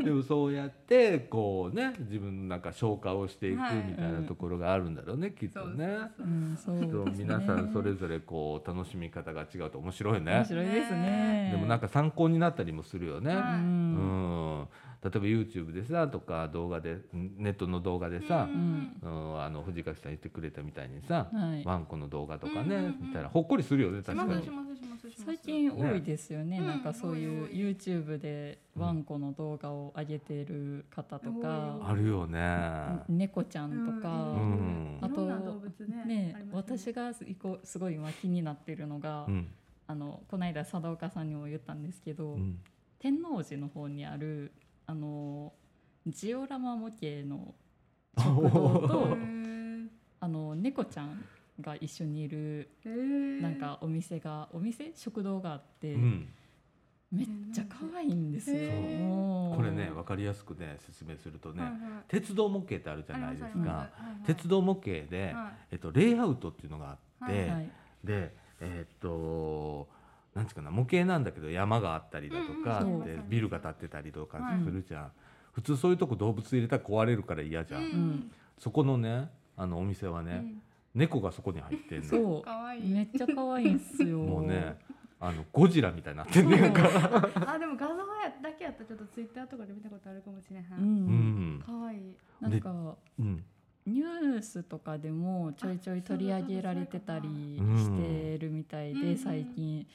[SPEAKER 2] い
[SPEAKER 1] でもそうやってこうね自分のなんか消化をしていく
[SPEAKER 2] はい
[SPEAKER 1] みたいなところがあるんだろうね、きっとね。
[SPEAKER 3] うんそう
[SPEAKER 1] そう
[SPEAKER 3] ですね
[SPEAKER 1] 皆さんそれぞれこう楽しみ方が違うと面白いね
[SPEAKER 3] 面。白いですね
[SPEAKER 2] ね
[SPEAKER 1] でもなん
[SPEAKER 3] か
[SPEAKER 1] か参考になったりもするよね。
[SPEAKER 2] は
[SPEAKER 1] う
[SPEAKER 3] う
[SPEAKER 1] んん、例えば YouTube でさとか動画でネットの動画でさ
[SPEAKER 2] う、
[SPEAKER 3] ん
[SPEAKER 2] ん
[SPEAKER 1] うんあの藤垣さん言ってくれたみたいにさ、
[SPEAKER 3] はい
[SPEAKER 1] ワンコの動画とか
[SPEAKER 2] うん
[SPEAKER 1] ね
[SPEAKER 2] うんうん
[SPEAKER 1] 見たらほっこりするよね
[SPEAKER 2] し
[SPEAKER 1] 確か
[SPEAKER 2] ますし
[SPEAKER 1] に。
[SPEAKER 2] ますしますします
[SPEAKER 3] 最近多いですよね
[SPEAKER 2] ね
[SPEAKER 3] なんかそうい
[SPEAKER 2] う
[SPEAKER 3] う
[SPEAKER 2] ん
[SPEAKER 3] YouTube でワンコの動画を上げてる方と
[SPEAKER 2] うん
[SPEAKER 3] か、
[SPEAKER 1] あるよね。
[SPEAKER 3] 猫ちゃんとか、
[SPEAKER 1] うん
[SPEAKER 2] あと
[SPEAKER 3] あと
[SPEAKER 2] 動物ね
[SPEAKER 3] ね
[SPEAKER 2] あります
[SPEAKER 3] 私がすこうすごい今気になってるのが、
[SPEAKER 1] うん
[SPEAKER 3] あのこの間佐田岡さんにも言ったんですけど、
[SPEAKER 1] うん
[SPEAKER 3] 天王寺の方にあるあのジオラマ模型の食堂
[SPEAKER 2] へ
[SPEAKER 3] と
[SPEAKER 2] ー
[SPEAKER 3] あの猫ちゃんが一緒にいる
[SPEAKER 2] へー
[SPEAKER 3] なんかお店がお店食堂があって、
[SPEAKER 1] うん
[SPEAKER 3] めっちゃ可愛いんですよ
[SPEAKER 2] へー
[SPEAKER 3] もう
[SPEAKER 1] これね分かりやすくね説明するとね、
[SPEAKER 2] はいはい
[SPEAKER 1] 鉄道模型ってあるじゃないですか、
[SPEAKER 2] ありますあります
[SPEAKER 1] 鉄道模型で、
[SPEAKER 2] は
[SPEAKER 1] えっと、レイアウトっていうのがあって、
[SPEAKER 2] は
[SPEAKER 3] はい
[SPEAKER 1] でえっとなんていうかな模型なんだけど山があったりだとか、
[SPEAKER 3] うんうん
[SPEAKER 1] で
[SPEAKER 2] そう
[SPEAKER 1] ビルが建ってたりとか
[SPEAKER 2] はい
[SPEAKER 1] するじゃん、普通そういうとこ動物入れたら壊れるから嫌じゃん、
[SPEAKER 2] うん
[SPEAKER 3] ん
[SPEAKER 1] そこのねあのお店はいね、
[SPEAKER 2] うん
[SPEAKER 1] 猫がそこに入ってんの
[SPEAKER 3] そ
[SPEAKER 2] 可愛
[SPEAKER 3] う
[SPEAKER 2] い
[SPEAKER 3] めっちゃ可愛いんですよ
[SPEAKER 1] もうねあのゴジラみたいになって
[SPEAKER 3] そ
[SPEAKER 1] ん
[SPEAKER 3] う
[SPEAKER 1] ねんか、
[SPEAKER 2] あでも画像やだけやったらちょっとツイッターとかで見たことあるかもしれへ
[SPEAKER 3] うん
[SPEAKER 1] うんん
[SPEAKER 2] 可愛い
[SPEAKER 3] なんか
[SPEAKER 1] うん、
[SPEAKER 3] ニュースとかでもちょいちょい取り上げられてたり
[SPEAKER 1] うん
[SPEAKER 3] してるみたい
[SPEAKER 2] うんう
[SPEAKER 3] で
[SPEAKER 2] ん
[SPEAKER 3] 最近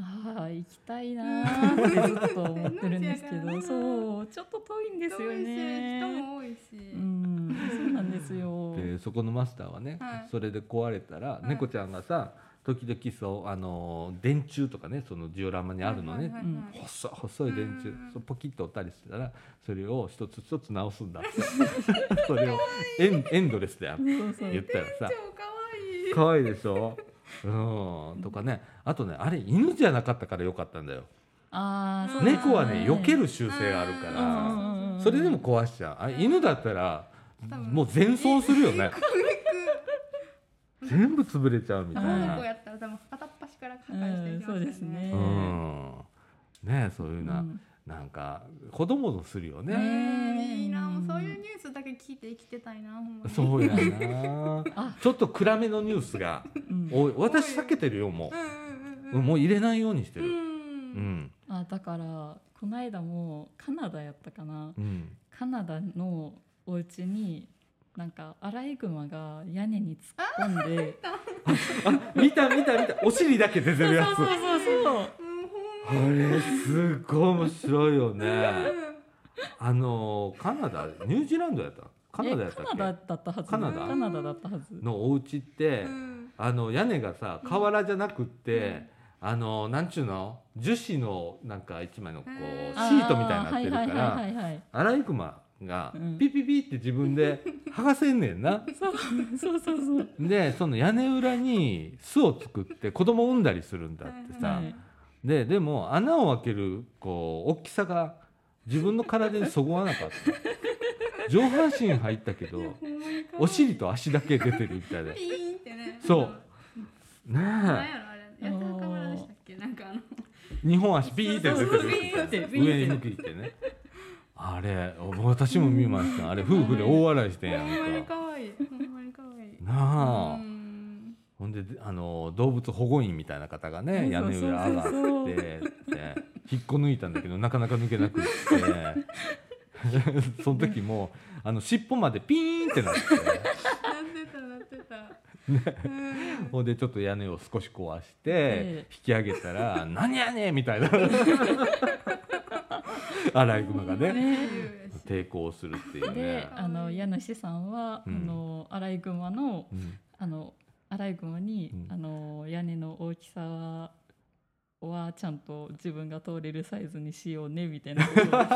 [SPEAKER 3] ああ行きたいなー ってずっと思ってるんですけ
[SPEAKER 2] うん
[SPEAKER 3] どそうちょっと遠いんですよ
[SPEAKER 2] 遠いし人
[SPEAKER 3] ね。
[SPEAKER 2] も多いし
[SPEAKER 3] うんそうなんですよ。
[SPEAKER 1] でそこのマスターはね、
[SPEAKER 2] はい
[SPEAKER 1] それで壊れたら、
[SPEAKER 2] い
[SPEAKER 1] 猫ちゃんがさ時々そうあの電柱とかねそのジオラマにあるのね、
[SPEAKER 2] はいはいはいはい
[SPEAKER 1] 細い細い電柱
[SPEAKER 2] うん
[SPEAKER 1] そうポキッと折ったりしたらそれを一つ一つ直すんだって それをエンエンドレスでやる
[SPEAKER 3] そうそう
[SPEAKER 1] 言ったらさ
[SPEAKER 2] 超可愛い
[SPEAKER 1] 可愛いでしょうんとかねあとねあれ犬じゃなかったからよかったんだよ
[SPEAKER 3] あーそうです
[SPEAKER 1] 猫はね避ける習性があるか
[SPEAKER 3] うんうんうん
[SPEAKER 1] らそれでも壊しちゃうあれ犬だったら
[SPEAKER 2] 多分
[SPEAKER 1] もう全走するよ ね全部潰れちゃうみたい
[SPEAKER 2] 女
[SPEAKER 1] な
[SPEAKER 2] の子やったら多分片っ端から破壊していきますよね、
[SPEAKER 3] うんそうですね
[SPEAKER 1] うんねそういうな、
[SPEAKER 3] うん
[SPEAKER 1] なんか子供のするよね、
[SPEAKER 2] うん
[SPEAKER 3] ね
[SPEAKER 2] いいなもうそういうニュースだけ聞いて生きてたいなほんまに
[SPEAKER 1] そうやな
[SPEAKER 3] あ
[SPEAKER 1] ちょっと暗めのニュースが
[SPEAKER 3] うん
[SPEAKER 1] 多い私避けてるよも
[SPEAKER 2] うん
[SPEAKER 1] う、
[SPEAKER 2] うんうんうん
[SPEAKER 1] もう入れないようにして
[SPEAKER 2] う
[SPEAKER 1] るうんん
[SPEAKER 3] あだからこの間もカナダやったかな
[SPEAKER 1] うん
[SPEAKER 3] カナダのお家になんかアライグマが屋根に突っ込んで
[SPEAKER 1] あ見た見た見たお尻だけ出てるやつ
[SPEAKER 3] そうそうそうそう
[SPEAKER 2] うんほ
[SPEAKER 1] あ
[SPEAKER 2] ん
[SPEAKER 1] れすっごい面白いよ
[SPEAKER 2] ま
[SPEAKER 1] ね
[SPEAKER 2] うん
[SPEAKER 1] あのカナダニュージーランドやったカナダやったっ
[SPEAKER 3] え
[SPEAKER 1] け
[SPEAKER 3] カナダだったはず
[SPEAKER 1] カナダ
[SPEAKER 3] カナダだったはず
[SPEAKER 1] のお家って、
[SPEAKER 2] うん
[SPEAKER 1] あの屋根がさ瓦じゃなくって、あのなんちゅうの樹脂のなんか一枚のこ
[SPEAKER 2] うん
[SPEAKER 1] うシー
[SPEAKER 3] あ
[SPEAKER 1] トみたいになってるから、
[SPEAKER 3] はいはいはいはいはい
[SPEAKER 1] アライグマが
[SPEAKER 3] うん
[SPEAKER 1] ピピピって自分で剥がせんねん な。
[SPEAKER 3] そうそ うそう
[SPEAKER 1] でその屋根裏に巣を作って子供を産んだりするんだってさ、
[SPEAKER 3] はい
[SPEAKER 1] ででも穴を開けるこう大きさが自分の体にそごわなかった上半身入ったけど
[SPEAKER 2] ほんまに可愛い
[SPEAKER 1] お尻と足だけ出てるみたいでね
[SPEAKER 2] ピーンってね
[SPEAKER 1] そう
[SPEAKER 2] なん
[SPEAKER 1] え
[SPEAKER 2] やろあれやったらカメラでしたっけなんかあの
[SPEAKER 1] 2本足ピーって出て
[SPEAKER 3] そうそうピーって
[SPEAKER 1] る上に向きってねあれ私も見ましたあれ夫婦で大笑いしてんや
[SPEAKER 2] ほんまに
[SPEAKER 1] んか
[SPEAKER 2] 可愛いほんまに可愛い
[SPEAKER 1] なあ、
[SPEAKER 2] うん
[SPEAKER 1] ほんでであの動物保護員みたいな方がね屋根裏上が
[SPEAKER 3] そうそうそ
[SPEAKER 1] っ
[SPEAKER 3] う
[SPEAKER 1] てで引っこ抜いたんだけどなかなか抜けなくって その時もあの尻尾までピーンってなって
[SPEAKER 2] なってたなってた。うん
[SPEAKER 1] ほんでちょっと屋根を少し壊し
[SPEAKER 3] え
[SPEAKER 1] て引き上げたら「何やねん!」みたい なアライグマがね
[SPEAKER 3] ね
[SPEAKER 2] 自由やし
[SPEAKER 1] 抵抗するっていう
[SPEAKER 3] で
[SPEAKER 1] ね。
[SPEAKER 3] あの家主さんは、
[SPEAKER 1] うん
[SPEAKER 3] あのアライグマの
[SPEAKER 1] うん
[SPEAKER 3] あのアライグマに、
[SPEAKER 1] うん
[SPEAKER 3] あの屋根の大きさははちゃんと自分が通れるサイズにしようねみたいなこと を
[SPEAKER 1] あっ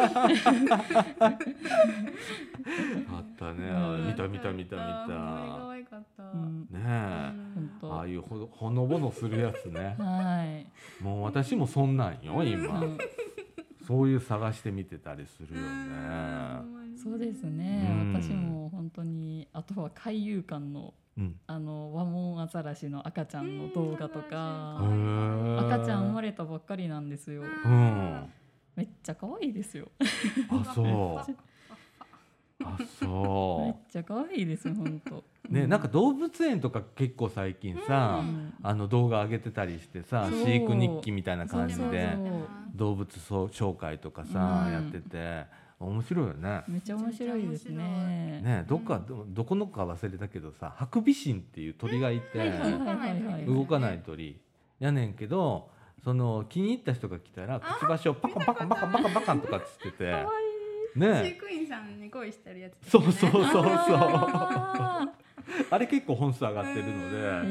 [SPEAKER 1] たね、
[SPEAKER 3] うん
[SPEAKER 1] あれ見た見た見た見
[SPEAKER 2] ほんまに可
[SPEAKER 1] た。
[SPEAKER 2] 愛かった。
[SPEAKER 3] うん
[SPEAKER 1] ねえ、
[SPEAKER 3] 本当
[SPEAKER 1] ああいうほのほのぼのするやつ ね。
[SPEAKER 3] はい、
[SPEAKER 1] もう私もそんなんよ今、
[SPEAKER 3] うん
[SPEAKER 1] そういう探してみてたりするよね、
[SPEAKER 3] そうです
[SPEAKER 1] うん
[SPEAKER 3] ね私も本当にあとは海遊館の
[SPEAKER 1] うん
[SPEAKER 3] あのワモンアザラシの赤ちゃんの動画と
[SPEAKER 1] へ
[SPEAKER 3] か
[SPEAKER 1] ー
[SPEAKER 3] 赤ちゃん生まれたばっかりなんですよ
[SPEAKER 1] うん
[SPEAKER 3] めっちゃ可愛いですよ
[SPEAKER 1] あそうあ
[SPEAKER 3] めっ
[SPEAKER 1] そ
[SPEAKER 3] ちゃ可愛いですよ本当
[SPEAKER 1] うねなんか動物園とか結構最近さ、
[SPEAKER 3] うん
[SPEAKER 1] あの動画上げてたりしてさ
[SPEAKER 3] そう
[SPEAKER 1] 飼育日記みたいな感じで
[SPEAKER 3] そうそうそう
[SPEAKER 1] 動物そう紹介とかさ、
[SPEAKER 3] うん
[SPEAKER 1] やってて面白いよね。
[SPEAKER 3] めっちゃ面白いですね
[SPEAKER 1] ねどっかどどこのか忘れたけどさハクビシンっていう鳥がいて、
[SPEAKER 2] はいはい
[SPEAKER 3] はい
[SPEAKER 1] 動かない。鳥やねんけどその気に入った人が来たらくちばしをパカンパカンパカンパカンパカンとかっつってて
[SPEAKER 2] 飼
[SPEAKER 1] ね
[SPEAKER 2] 育員さんに恋してるやつ。
[SPEAKER 1] そうそうそうそう
[SPEAKER 3] あ
[SPEAKER 1] あれ結構本数上がってる
[SPEAKER 3] ー
[SPEAKER 1] ので
[SPEAKER 3] へ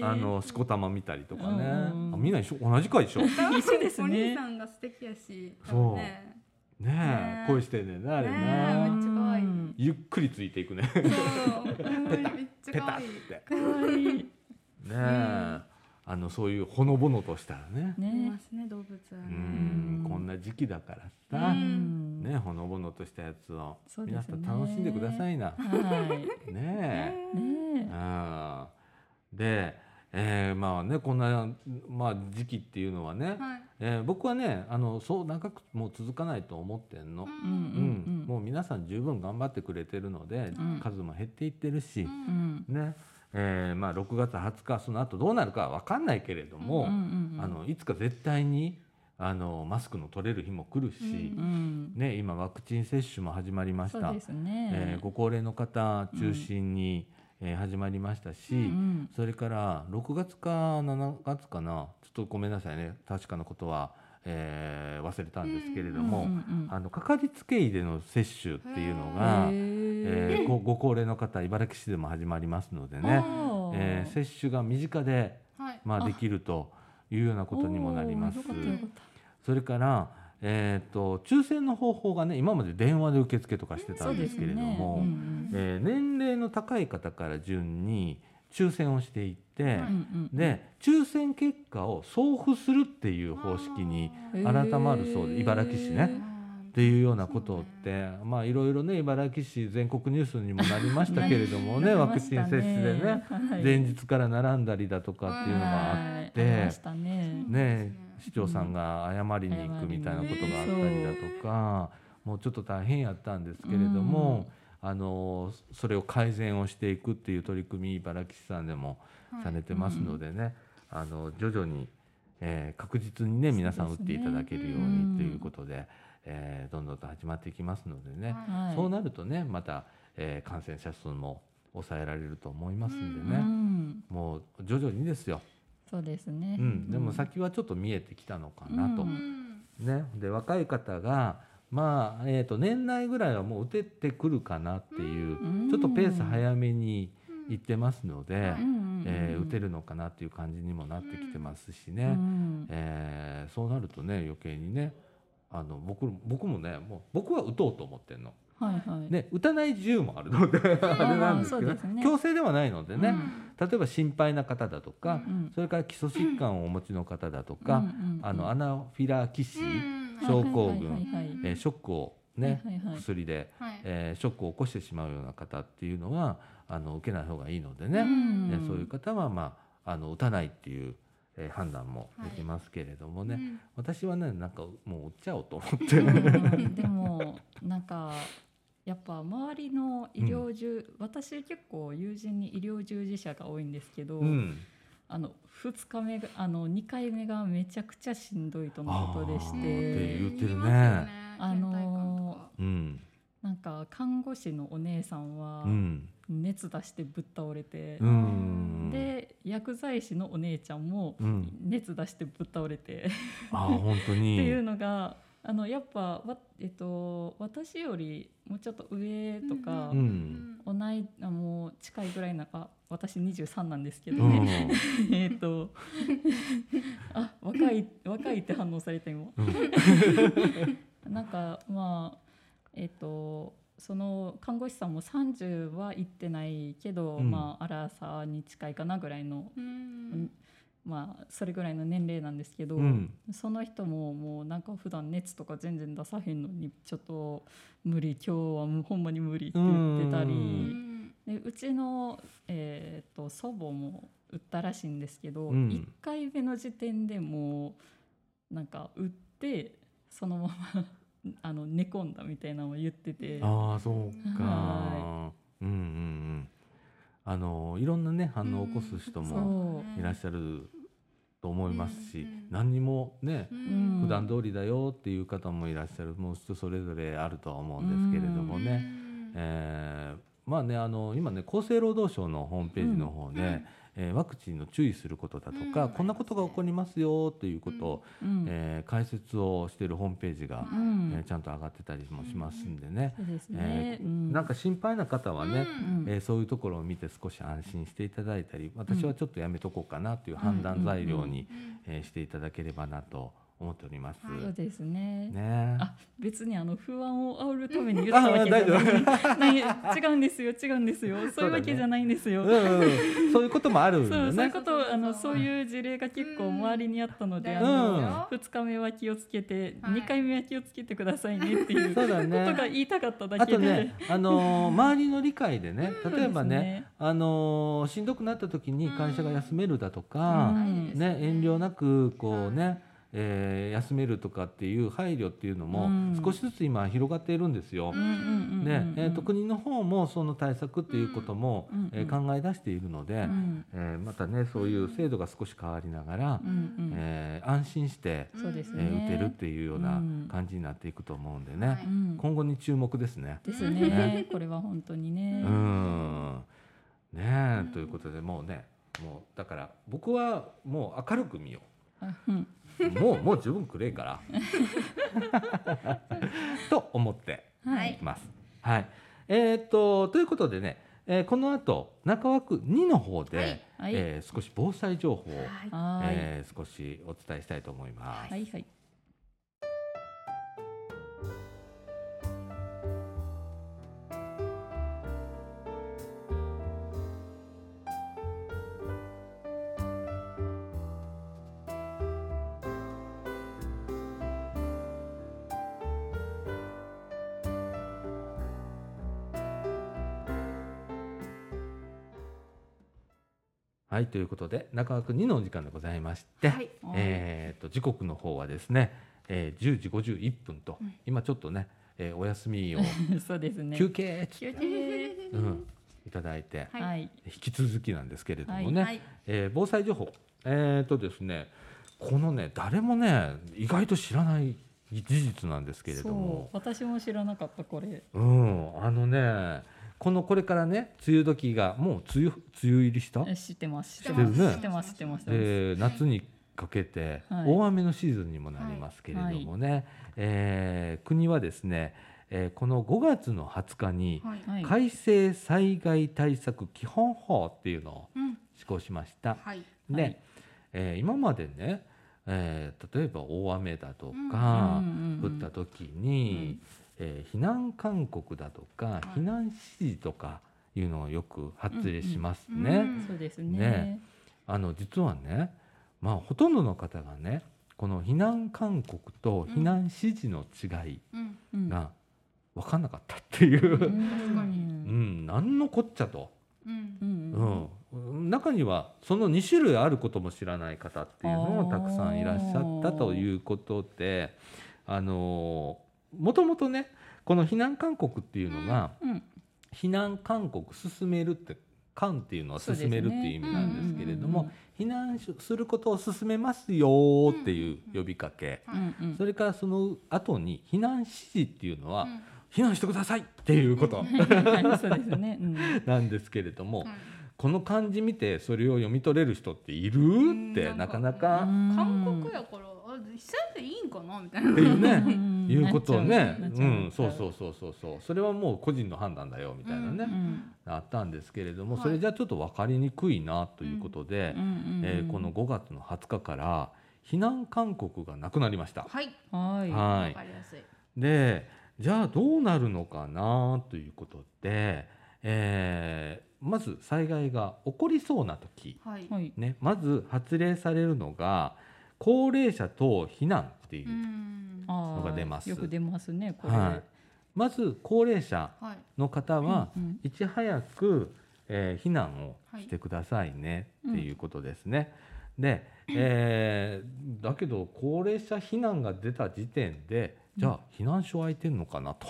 [SPEAKER 3] ー
[SPEAKER 1] あのしこたま見たりとかね
[SPEAKER 3] うん
[SPEAKER 1] あみんな一緒同じか一緒ね
[SPEAKER 3] 一緒ですね
[SPEAKER 2] お兄さんが素敵やし。
[SPEAKER 1] そう
[SPEAKER 2] 多分ね
[SPEAKER 1] え
[SPEAKER 2] ね
[SPEAKER 1] 恋してんねんなあれ
[SPEAKER 2] ね
[SPEAKER 1] な
[SPEAKER 2] めっちゃ可愛い
[SPEAKER 3] うん
[SPEAKER 1] ゆっくりついていくね
[SPEAKER 2] そう。ほんまにめっちゃ
[SPEAKER 1] ペタ
[SPEAKER 2] 可
[SPEAKER 1] ッ
[SPEAKER 2] 愛い。
[SPEAKER 1] てね
[SPEAKER 3] 可愛い
[SPEAKER 1] えああのそういうほのぼのとしたらね
[SPEAKER 2] いま
[SPEAKER 3] ね。
[SPEAKER 2] すね動物は
[SPEAKER 1] う
[SPEAKER 2] ね。
[SPEAKER 1] ん
[SPEAKER 3] うん
[SPEAKER 1] こんな時期だから
[SPEAKER 3] う
[SPEAKER 1] さ、
[SPEAKER 3] ん
[SPEAKER 1] ね、ほのぼのとしたやつを
[SPEAKER 3] そうで
[SPEAKER 1] 皆
[SPEAKER 3] す
[SPEAKER 1] さ
[SPEAKER 3] ね
[SPEAKER 1] ん楽しんでくださいな。
[SPEAKER 3] は
[SPEAKER 1] ね
[SPEAKER 3] い。
[SPEAKER 1] え、
[SPEAKER 3] ね
[SPEAKER 1] うん、で、えーまあねこんな、まあ、時期っていうのはね、
[SPEAKER 2] はい。
[SPEAKER 1] えー僕はねあのそう長くもう続かないと思ってんの。
[SPEAKER 3] う
[SPEAKER 1] うん
[SPEAKER 3] んうんうん
[SPEAKER 1] もう皆さん十分頑張ってくれてるので、
[SPEAKER 3] うん
[SPEAKER 1] 数も減っていってるし、
[SPEAKER 3] え。うん。
[SPEAKER 1] ねえーまあ、6月20日その後どうなるかは分かんないけれども、
[SPEAKER 3] うんうんうん
[SPEAKER 1] あのいつか絶対にあのマスクの取れる日も来るし、
[SPEAKER 2] うん
[SPEAKER 3] うん。
[SPEAKER 1] ね、今ワクチン接種も始まりまし
[SPEAKER 3] そう
[SPEAKER 1] た
[SPEAKER 3] で、すね。
[SPEAKER 1] えーご高齢の方中心に、えー始まりましたし、
[SPEAKER 3] うん
[SPEAKER 1] それから6月か7月かなちょっとごめんなさいね確かなことは、えー忘れたんですけれども、
[SPEAKER 3] うんうんうん
[SPEAKER 1] あのかかりつけ医での接種っていうのが、
[SPEAKER 3] へ
[SPEAKER 1] え
[SPEAKER 3] ー
[SPEAKER 1] ーごご高齢の方茨城市でも始まりますのでね、
[SPEAKER 3] あ
[SPEAKER 1] えー
[SPEAKER 3] ー
[SPEAKER 1] 接種が身近で、
[SPEAKER 2] はい。
[SPEAKER 1] まあ、
[SPEAKER 3] あ
[SPEAKER 1] できるというようなことにもなります
[SPEAKER 3] おーよかったよかった
[SPEAKER 1] それから、えー、と抽選の方法がね今まで電話で受付とかしてた
[SPEAKER 3] そうんで
[SPEAKER 1] ですす
[SPEAKER 3] ね
[SPEAKER 1] けれども、
[SPEAKER 3] うん
[SPEAKER 1] えー年齢の高い方から順に抽選をしていって、
[SPEAKER 2] はい
[SPEAKER 3] うんうん
[SPEAKER 1] で抽選結果を送付するっていう方式に
[SPEAKER 2] あー
[SPEAKER 1] 改まるそう
[SPEAKER 3] へ
[SPEAKER 1] で
[SPEAKER 3] ー
[SPEAKER 1] 茨城市ねっていうようなことって、まあいろいろね茨城市全国ニュースにもなりましたけれどもね
[SPEAKER 3] なり
[SPEAKER 1] ワ
[SPEAKER 3] ま
[SPEAKER 1] クチ
[SPEAKER 3] し
[SPEAKER 1] ン
[SPEAKER 3] た
[SPEAKER 1] 接種でね、
[SPEAKER 3] はい
[SPEAKER 1] 前日から並んだりだとかっていうのがあっ
[SPEAKER 3] はい
[SPEAKER 1] て
[SPEAKER 3] ありましたね
[SPEAKER 1] ね
[SPEAKER 2] うん
[SPEAKER 1] 市長さんが謝りに行くみたいなことがあったりだとか、もうちょっと大変やったんですけれども、あのそれを改善をしていくっていう取り組み茨城市さんでも
[SPEAKER 2] はい
[SPEAKER 1] されてますのでね、あの徐々に、えー確実にね皆さん打
[SPEAKER 3] そう
[SPEAKER 1] っ
[SPEAKER 3] で
[SPEAKER 1] て
[SPEAKER 3] すね
[SPEAKER 1] いただけるよう
[SPEAKER 3] うん
[SPEAKER 1] にということで、えーどんどんと始まっていきますのでね、
[SPEAKER 2] はい
[SPEAKER 3] はい
[SPEAKER 1] そうなるとねまた、えー感染者数も抑えられると思いますんで
[SPEAKER 3] う
[SPEAKER 1] ね、
[SPEAKER 3] ん
[SPEAKER 1] もう徐々にですよ。
[SPEAKER 3] そうですね
[SPEAKER 1] うん、でも先はちょっと見えてきたのかなと。
[SPEAKER 3] う
[SPEAKER 2] うん
[SPEAKER 1] ね、で若い方が、まあえー、と年内ぐらいはもう打ててくるかなっていう、
[SPEAKER 3] うん
[SPEAKER 1] ちょっとペース早めに
[SPEAKER 2] うん
[SPEAKER 1] いってますので、
[SPEAKER 2] はい
[SPEAKER 1] えー打て
[SPEAKER 3] る
[SPEAKER 1] るのかなっていう感じにもなってきてますしね、
[SPEAKER 3] ね
[SPEAKER 1] えーそうなるとね余計にねあの僕僕もねもう僕は打とうと思ってんの、
[SPEAKER 3] はいはい
[SPEAKER 1] ね、打たない自由もあるので あれなんですけ
[SPEAKER 3] そ
[SPEAKER 1] ど
[SPEAKER 3] うですね
[SPEAKER 1] 強制ではないのでね、
[SPEAKER 3] うん
[SPEAKER 1] 例えば心配な方だとか、
[SPEAKER 3] うん
[SPEAKER 1] それから基礎疾患をお持ちの方だとか、
[SPEAKER 3] うんうんうん
[SPEAKER 1] あのアナフィラキシ
[SPEAKER 2] う
[SPEAKER 1] ー、
[SPEAKER 2] ん
[SPEAKER 1] そう症候群
[SPEAKER 3] はいはいはいはい
[SPEAKER 1] えーショックをね、
[SPEAKER 3] はいはいはい
[SPEAKER 1] 薬で、
[SPEAKER 2] はい
[SPEAKER 1] えーショックを起こしてしまうような方っていうのはあの受けない方がいいのでね、
[SPEAKER 3] うん
[SPEAKER 1] えーそういう方は、まあ、あの打たないっていう、えー判断もできますけれどもね、
[SPEAKER 2] うん
[SPEAKER 1] 私はねなんかもう打っちゃおうと思って、
[SPEAKER 3] うん でもなんかやっぱ周りの医療従、私結構友人に医療従事者が多いんですけど、
[SPEAKER 1] うん
[SPEAKER 3] あの2日目があの2回目がめちゃくちゃしんどいとのことでし
[SPEAKER 1] あーって
[SPEAKER 3] て
[SPEAKER 1] 言ってるね
[SPEAKER 2] いますよ
[SPEAKER 3] あの ー
[SPEAKER 1] うん
[SPEAKER 3] なんか看護師のお姉さんは
[SPEAKER 1] うん
[SPEAKER 3] 熱出してぶっ倒れて
[SPEAKER 1] う、ん、
[SPEAKER 3] で薬剤師のお姉ちゃんも
[SPEAKER 1] うん、
[SPEAKER 3] 熱出してぶっ倒れて、
[SPEAKER 1] あー本当に
[SPEAKER 3] っていうのがあのやっぱわ、えっと、私よりもうちょっと上とか。
[SPEAKER 1] う
[SPEAKER 2] う
[SPEAKER 1] ん
[SPEAKER 3] 同いあもう近いぐらいなんか私23なんですけど
[SPEAKER 1] う
[SPEAKER 3] ね、
[SPEAKER 1] ん
[SPEAKER 3] えっとあ若い若いって反応された今
[SPEAKER 1] うん
[SPEAKER 3] なんかまあえっ、とその看護師さんも30は行ってないけど、
[SPEAKER 1] うん
[SPEAKER 3] まあアラサーに近いかなぐらいの、
[SPEAKER 2] うん
[SPEAKER 3] まあそれぐらいの年齢なんですけど、
[SPEAKER 1] うん
[SPEAKER 3] その人ももうなんか普段熱とか全然出さへんのにちょっと無理今日はもうほんまに無理って言ってたり。
[SPEAKER 1] う
[SPEAKER 2] う
[SPEAKER 1] ん
[SPEAKER 3] でうちの、えー、と祖母も売ったらしいんですけど、
[SPEAKER 1] う
[SPEAKER 3] 一
[SPEAKER 1] ん
[SPEAKER 3] 1回目の時点でもうなんか売ってそのまま あの寝込んだみたいなのを言ってて。
[SPEAKER 1] ああそうか
[SPEAKER 3] は。
[SPEAKER 1] うんうんうん。あのいろんなね反応を起こす人も
[SPEAKER 3] そ
[SPEAKER 1] いらっしゃると思いますし、
[SPEAKER 2] うんうん
[SPEAKER 1] 何にもね
[SPEAKER 2] う
[SPEAKER 3] うん
[SPEAKER 2] ん
[SPEAKER 1] 普段通りだよっていう方もいらっしゃる、もう人それぞれあるとは思うんですけれどもね。えーまあねあの今ね厚生労働省のホームページの方で、
[SPEAKER 2] うんうん
[SPEAKER 1] えーワクチンの注意することだとか、
[SPEAKER 2] うん
[SPEAKER 1] こんなことが起こりますよということを、
[SPEAKER 3] う、うん
[SPEAKER 1] えー解説をしているホームページが、
[SPEAKER 3] う
[SPEAKER 1] えー
[SPEAKER 3] ん
[SPEAKER 1] ちゃんと上がってたりもしますんでね、
[SPEAKER 3] そうです
[SPEAKER 1] え
[SPEAKER 3] ね、
[SPEAKER 1] ー
[SPEAKER 3] うん
[SPEAKER 1] なんか心配な方はね、
[SPEAKER 3] うん
[SPEAKER 1] えーそういうところを見て少し安心していただいたり私はちょっとやめとこうかなという判断材料に、えーしていただければなと思っております。
[SPEAKER 2] はい
[SPEAKER 3] そうですね。
[SPEAKER 1] ね
[SPEAKER 3] あ別にあの不安を煽るために言ったわけじゃ
[SPEAKER 1] あ大
[SPEAKER 3] ないない違うんですよ違うんですよそういうわけじゃないんです
[SPEAKER 1] う
[SPEAKER 3] よ
[SPEAKER 1] んうん、そういうこともあるん
[SPEAKER 3] そ
[SPEAKER 1] だ
[SPEAKER 3] う
[SPEAKER 1] よ
[SPEAKER 3] そういう
[SPEAKER 1] ね。
[SPEAKER 3] ことあのそういう事例が結構周りにあったので、あの
[SPEAKER 2] うん
[SPEAKER 3] 2日目は気をつけて、
[SPEAKER 2] はい
[SPEAKER 3] 2回目は気をつけてくださいねっていう
[SPEAKER 1] そうだね
[SPEAKER 3] ことが言いたかっただ
[SPEAKER 1] あ
[SPEAKER 3] け
[SPEAKER 1] と
[SPEAKER 3] で、
[SPEAKER 1] ね、あのー周りの理解でね、
[SPEAKER 3] うん
[SPEAKER 1] 例えば
[SPEAKER 3] そうで
[SPEAKER 1] ね
[SPEAKER 3] すね、
[SPEAKER 1] あのーしんどくなった時に会社が休めるだと
[SPEAKER 3] う
[SPEAKER 1] か、
[SPEAKER 3] ん
[SPEAKER 1] ね、遠慮なくこうね、
[SPEAKER 2] は
[SPEAKER 1] えー休めるとかっていう配慮っていうのも
[SPEAKER 3] うん
[SPEAKER 1] 少しずつ今広がっているんですよ。
[SPEAKER 3] うんうんうんうん
[SPEAKER 1] ねえー、と国の方もその対策っていうことも、
[SPEAKER 3] うんうん
[SPEAKER 1] えー考え出しているので、
[SPEAKER 3] うん
[SPEAKER 1] えーまたねそういう制度が少し変わりながら
[SPEAKER 3] う、んうん
[SPEAKER 1] えー安心して、
[SPEAKER 3] そうです
[SPEAKER 1] え
[SPEAKER 3] ね
[SPEAKER 1] ー打てるっていうような
[SPEAKER 3] うん
[SPEAKER 1] 感じになっていくと思うんで
[SPEAKER 2] は
[SPEAKER 1] ね
[SPEAKER 2] い、
[SPEAKER 3] うん
[SPEAKER 1] 今後に注目ですね。
[SPEAKER 3] ですね
[SPEAKER 1] ね
[SPEAKER 3] これは本当に
[SPEAKER 1] う
[SPEAKER 3] ね、
[SPEAKER 1] んねえ、
[SPEAKER 2] うん
[SPEAKER 1] ということでもうねもうだから僕はもう明るく見よ
[SPEAKER 3] あうん
[SPEAKER 1] うもうもう十分くれえから と思って
[SPEAKER 2] はい
[SPEAKER 1] ます。はいえーっとということでね、えーこの後中枠2の方で、
[SPEAKER 2] はい
[SPEAKER 3] はい
[SPEAKER 1] えー少し防災情報を、
[SPEAKER 2] はい
[SPEAKER 3] はーい
[SPEAKER 1] えー少しお伝えしたいと思います。
[SPEAKER 3] はいはい
[SPEAKER 1] はい、ということで中枠2のお時間でございまして、
[SPEAKER 2] はい
[SPEAKER 1] えー、と時刻の方はですね、えー、10時51分と、
[SPEAKER 2] うん
[SPEAKER 1] 今ちょっとね、えーお休み を
[SPEAKER 3] そうですね
[SPEAKER 1] 休憩っつって、
[SPEAKER 3] 休憩
[SPEAKER 1] うん、いただいて、
[SPEAKER 2] はい
[SPEAKER 3] はい
[SPEAKER 1] 引き続きなんですけれどもね、
[SPEAKER 2] はい
[SPEAKER 1] えー防災情報えー、とですねこのね誰もね意外と知らない事実なんですけれども
[SPEAKER 3] そう私も知らなかったこれ
[SPEAKER 1] うん、あのね、このこれからね、梅雨時がもう梅雨梅雨入りした。
[SPEAKER 3] え知ってます
[SPEAKER 1] 知ってるね
[SPEAKER 3] 知ってます知ってます知ってます
[SPEAKER 1] で、夏にかけて
[SPEAKER 3] はい
[SPEAKER 1] 大雨のシーズンにもなりますけれどもね、えー国はですね、えーこの5月の20日に
[SPEAKER 2] はい
[SPEAKER 3] はい
[SPEAKER 1] 改正災害対策基本法っていうのを
[SPEAKER 2] うん
[SPEAKER 1] 施行しました。
[SPEAKER 2] はい
[SPEAKER 1] で、
[SPEAKER 3] はい
[SPEAKER 1] えー今までね、えー例えば大雨だと
[SPEAKER 3] うん
[SPEAKER 1] か、
[SPEAKER 3] うんう
[SPEAKER 1] 降
[SPEAKER 3] ん
[SPEAKER 1] った時に、えー避難勧告だとか、
[SPEAKER 2] い
[SPEAKER 1] 避難指示とかいうのをよく発令しますね。
[SPEAKER 2] うんうん
[SPEAKER 3] そうですね
[SPEAKER 1] ねあの実はね、まあ、ほとんどの方がねこの避難勧告と避難指示の違い
[SPEAKER 2] うん
[SPEAKER 3] うん
[SPEAKER 1] が分かんなかったっていう、
[SPEAKER 3] う
[SPEAKER 1] うん
[SPEAKER 3] ん
[SPEAKER 2] 確かに
[SPEAKER 1] 何のこっちゃと、
[SPEAKER 2] うん
[SPEAKER 3] うん
[SPEAKER 1] うん中にはその2種類あることも知らない方っていうのもたくさんいらっしゃったということであのもともとねこの避難勧告っていうのが、
[SPEAKER 3] うん
[SPEAKER 1] 避難勧告進めるって勧っていうのは進めるっていう意味なんですけれども、避難することを進めますよーっていう呼びかけ、
[SPEAKER 3] うんうんうん
[SPEAKER 1] それからその後に避難指示っていうのは、
[SPEAKER 2] うん
[SPEAKER 1] 避難してくださいっていうこと
[SPEAKER 3] はいそうですねうん
[SPEAKER 1] なんですけれども、
[SPEAKER 2] はい
[SPEAKER 1] この漢字見てそれを読み取れる人っている
[SPEAKER 2] ん
[SPEAKER 1] って
[SPEAKER 2] な
[SPEAKER 1] なん
[SPEAKER 2] か
[SPEAKER 1] かな
[SPEAKER 3] う
[SPEAKER 1] か
[SPEAKER 3] ん
[SPEAKER 2] 韓国やからあせんでいいんかなみたいな
[SPEAKER 1] っていう
[SPEAKER 3] う
[SPEAKER 1] ね、
[SPEAKER 3] ん
[SPEAKER 1] いうことをね、
[SPEAKER 3] なっち
[SPEAKER 1] う
[SPEAKER 3] ゃ
[SPEAKER 1] ん、そう
[SPEAKER 3] う
[SPEAKER 1] そうそうそうそうそれはもう個人の判断だよみたいなね、
[SPEAKER 2] うん
[SPEAKER 1] あったんですけれども、
[SPEAKER 2] はい
[SPEAKER 1] それじゃちょっと分かりにくいなということで。
[SPEAKER 3] なっちゃううんうんうん
[SPEAKER 1] えーこの5月の20日から避難勧告がなくなりました。
[SPEAKER 2] はい
[SPEAKER 3] はい
[SPEAKER 1] は
[SPEAKER 2] わかりやすい
[SPEAKER 1] い、でじゃあどうなるのかなということで、えーまず災害が起こりそうな時、
[SPEAKER 2] はい
[SPEAKER 3] はい
[SPEAKER 1] ね、まず発令されるのが高齢者等避難っていうう、
[SPEAKER 2] ん
[SPEAKER 3] あ
[SPEAKER 1] の
[SPEAKER 3] ー
[SPEAKER 1] が出ます
[SPEAKER 3] よく出ますねこれ
[SPEAKER 1] はい、まず高齢者
[SPEAKER 2] はい
[SPEAKER 1] の方は
[SPEAKER 3] うんうん
[SPEAKER 1] いち早く、えー避難をしてくださいね
[SPEAKER 3] はい
[SPEAKER 1] っていうことですね。で、えーだけど高齢者避難が出た時点でじゃあ避難所空いてんのかなと、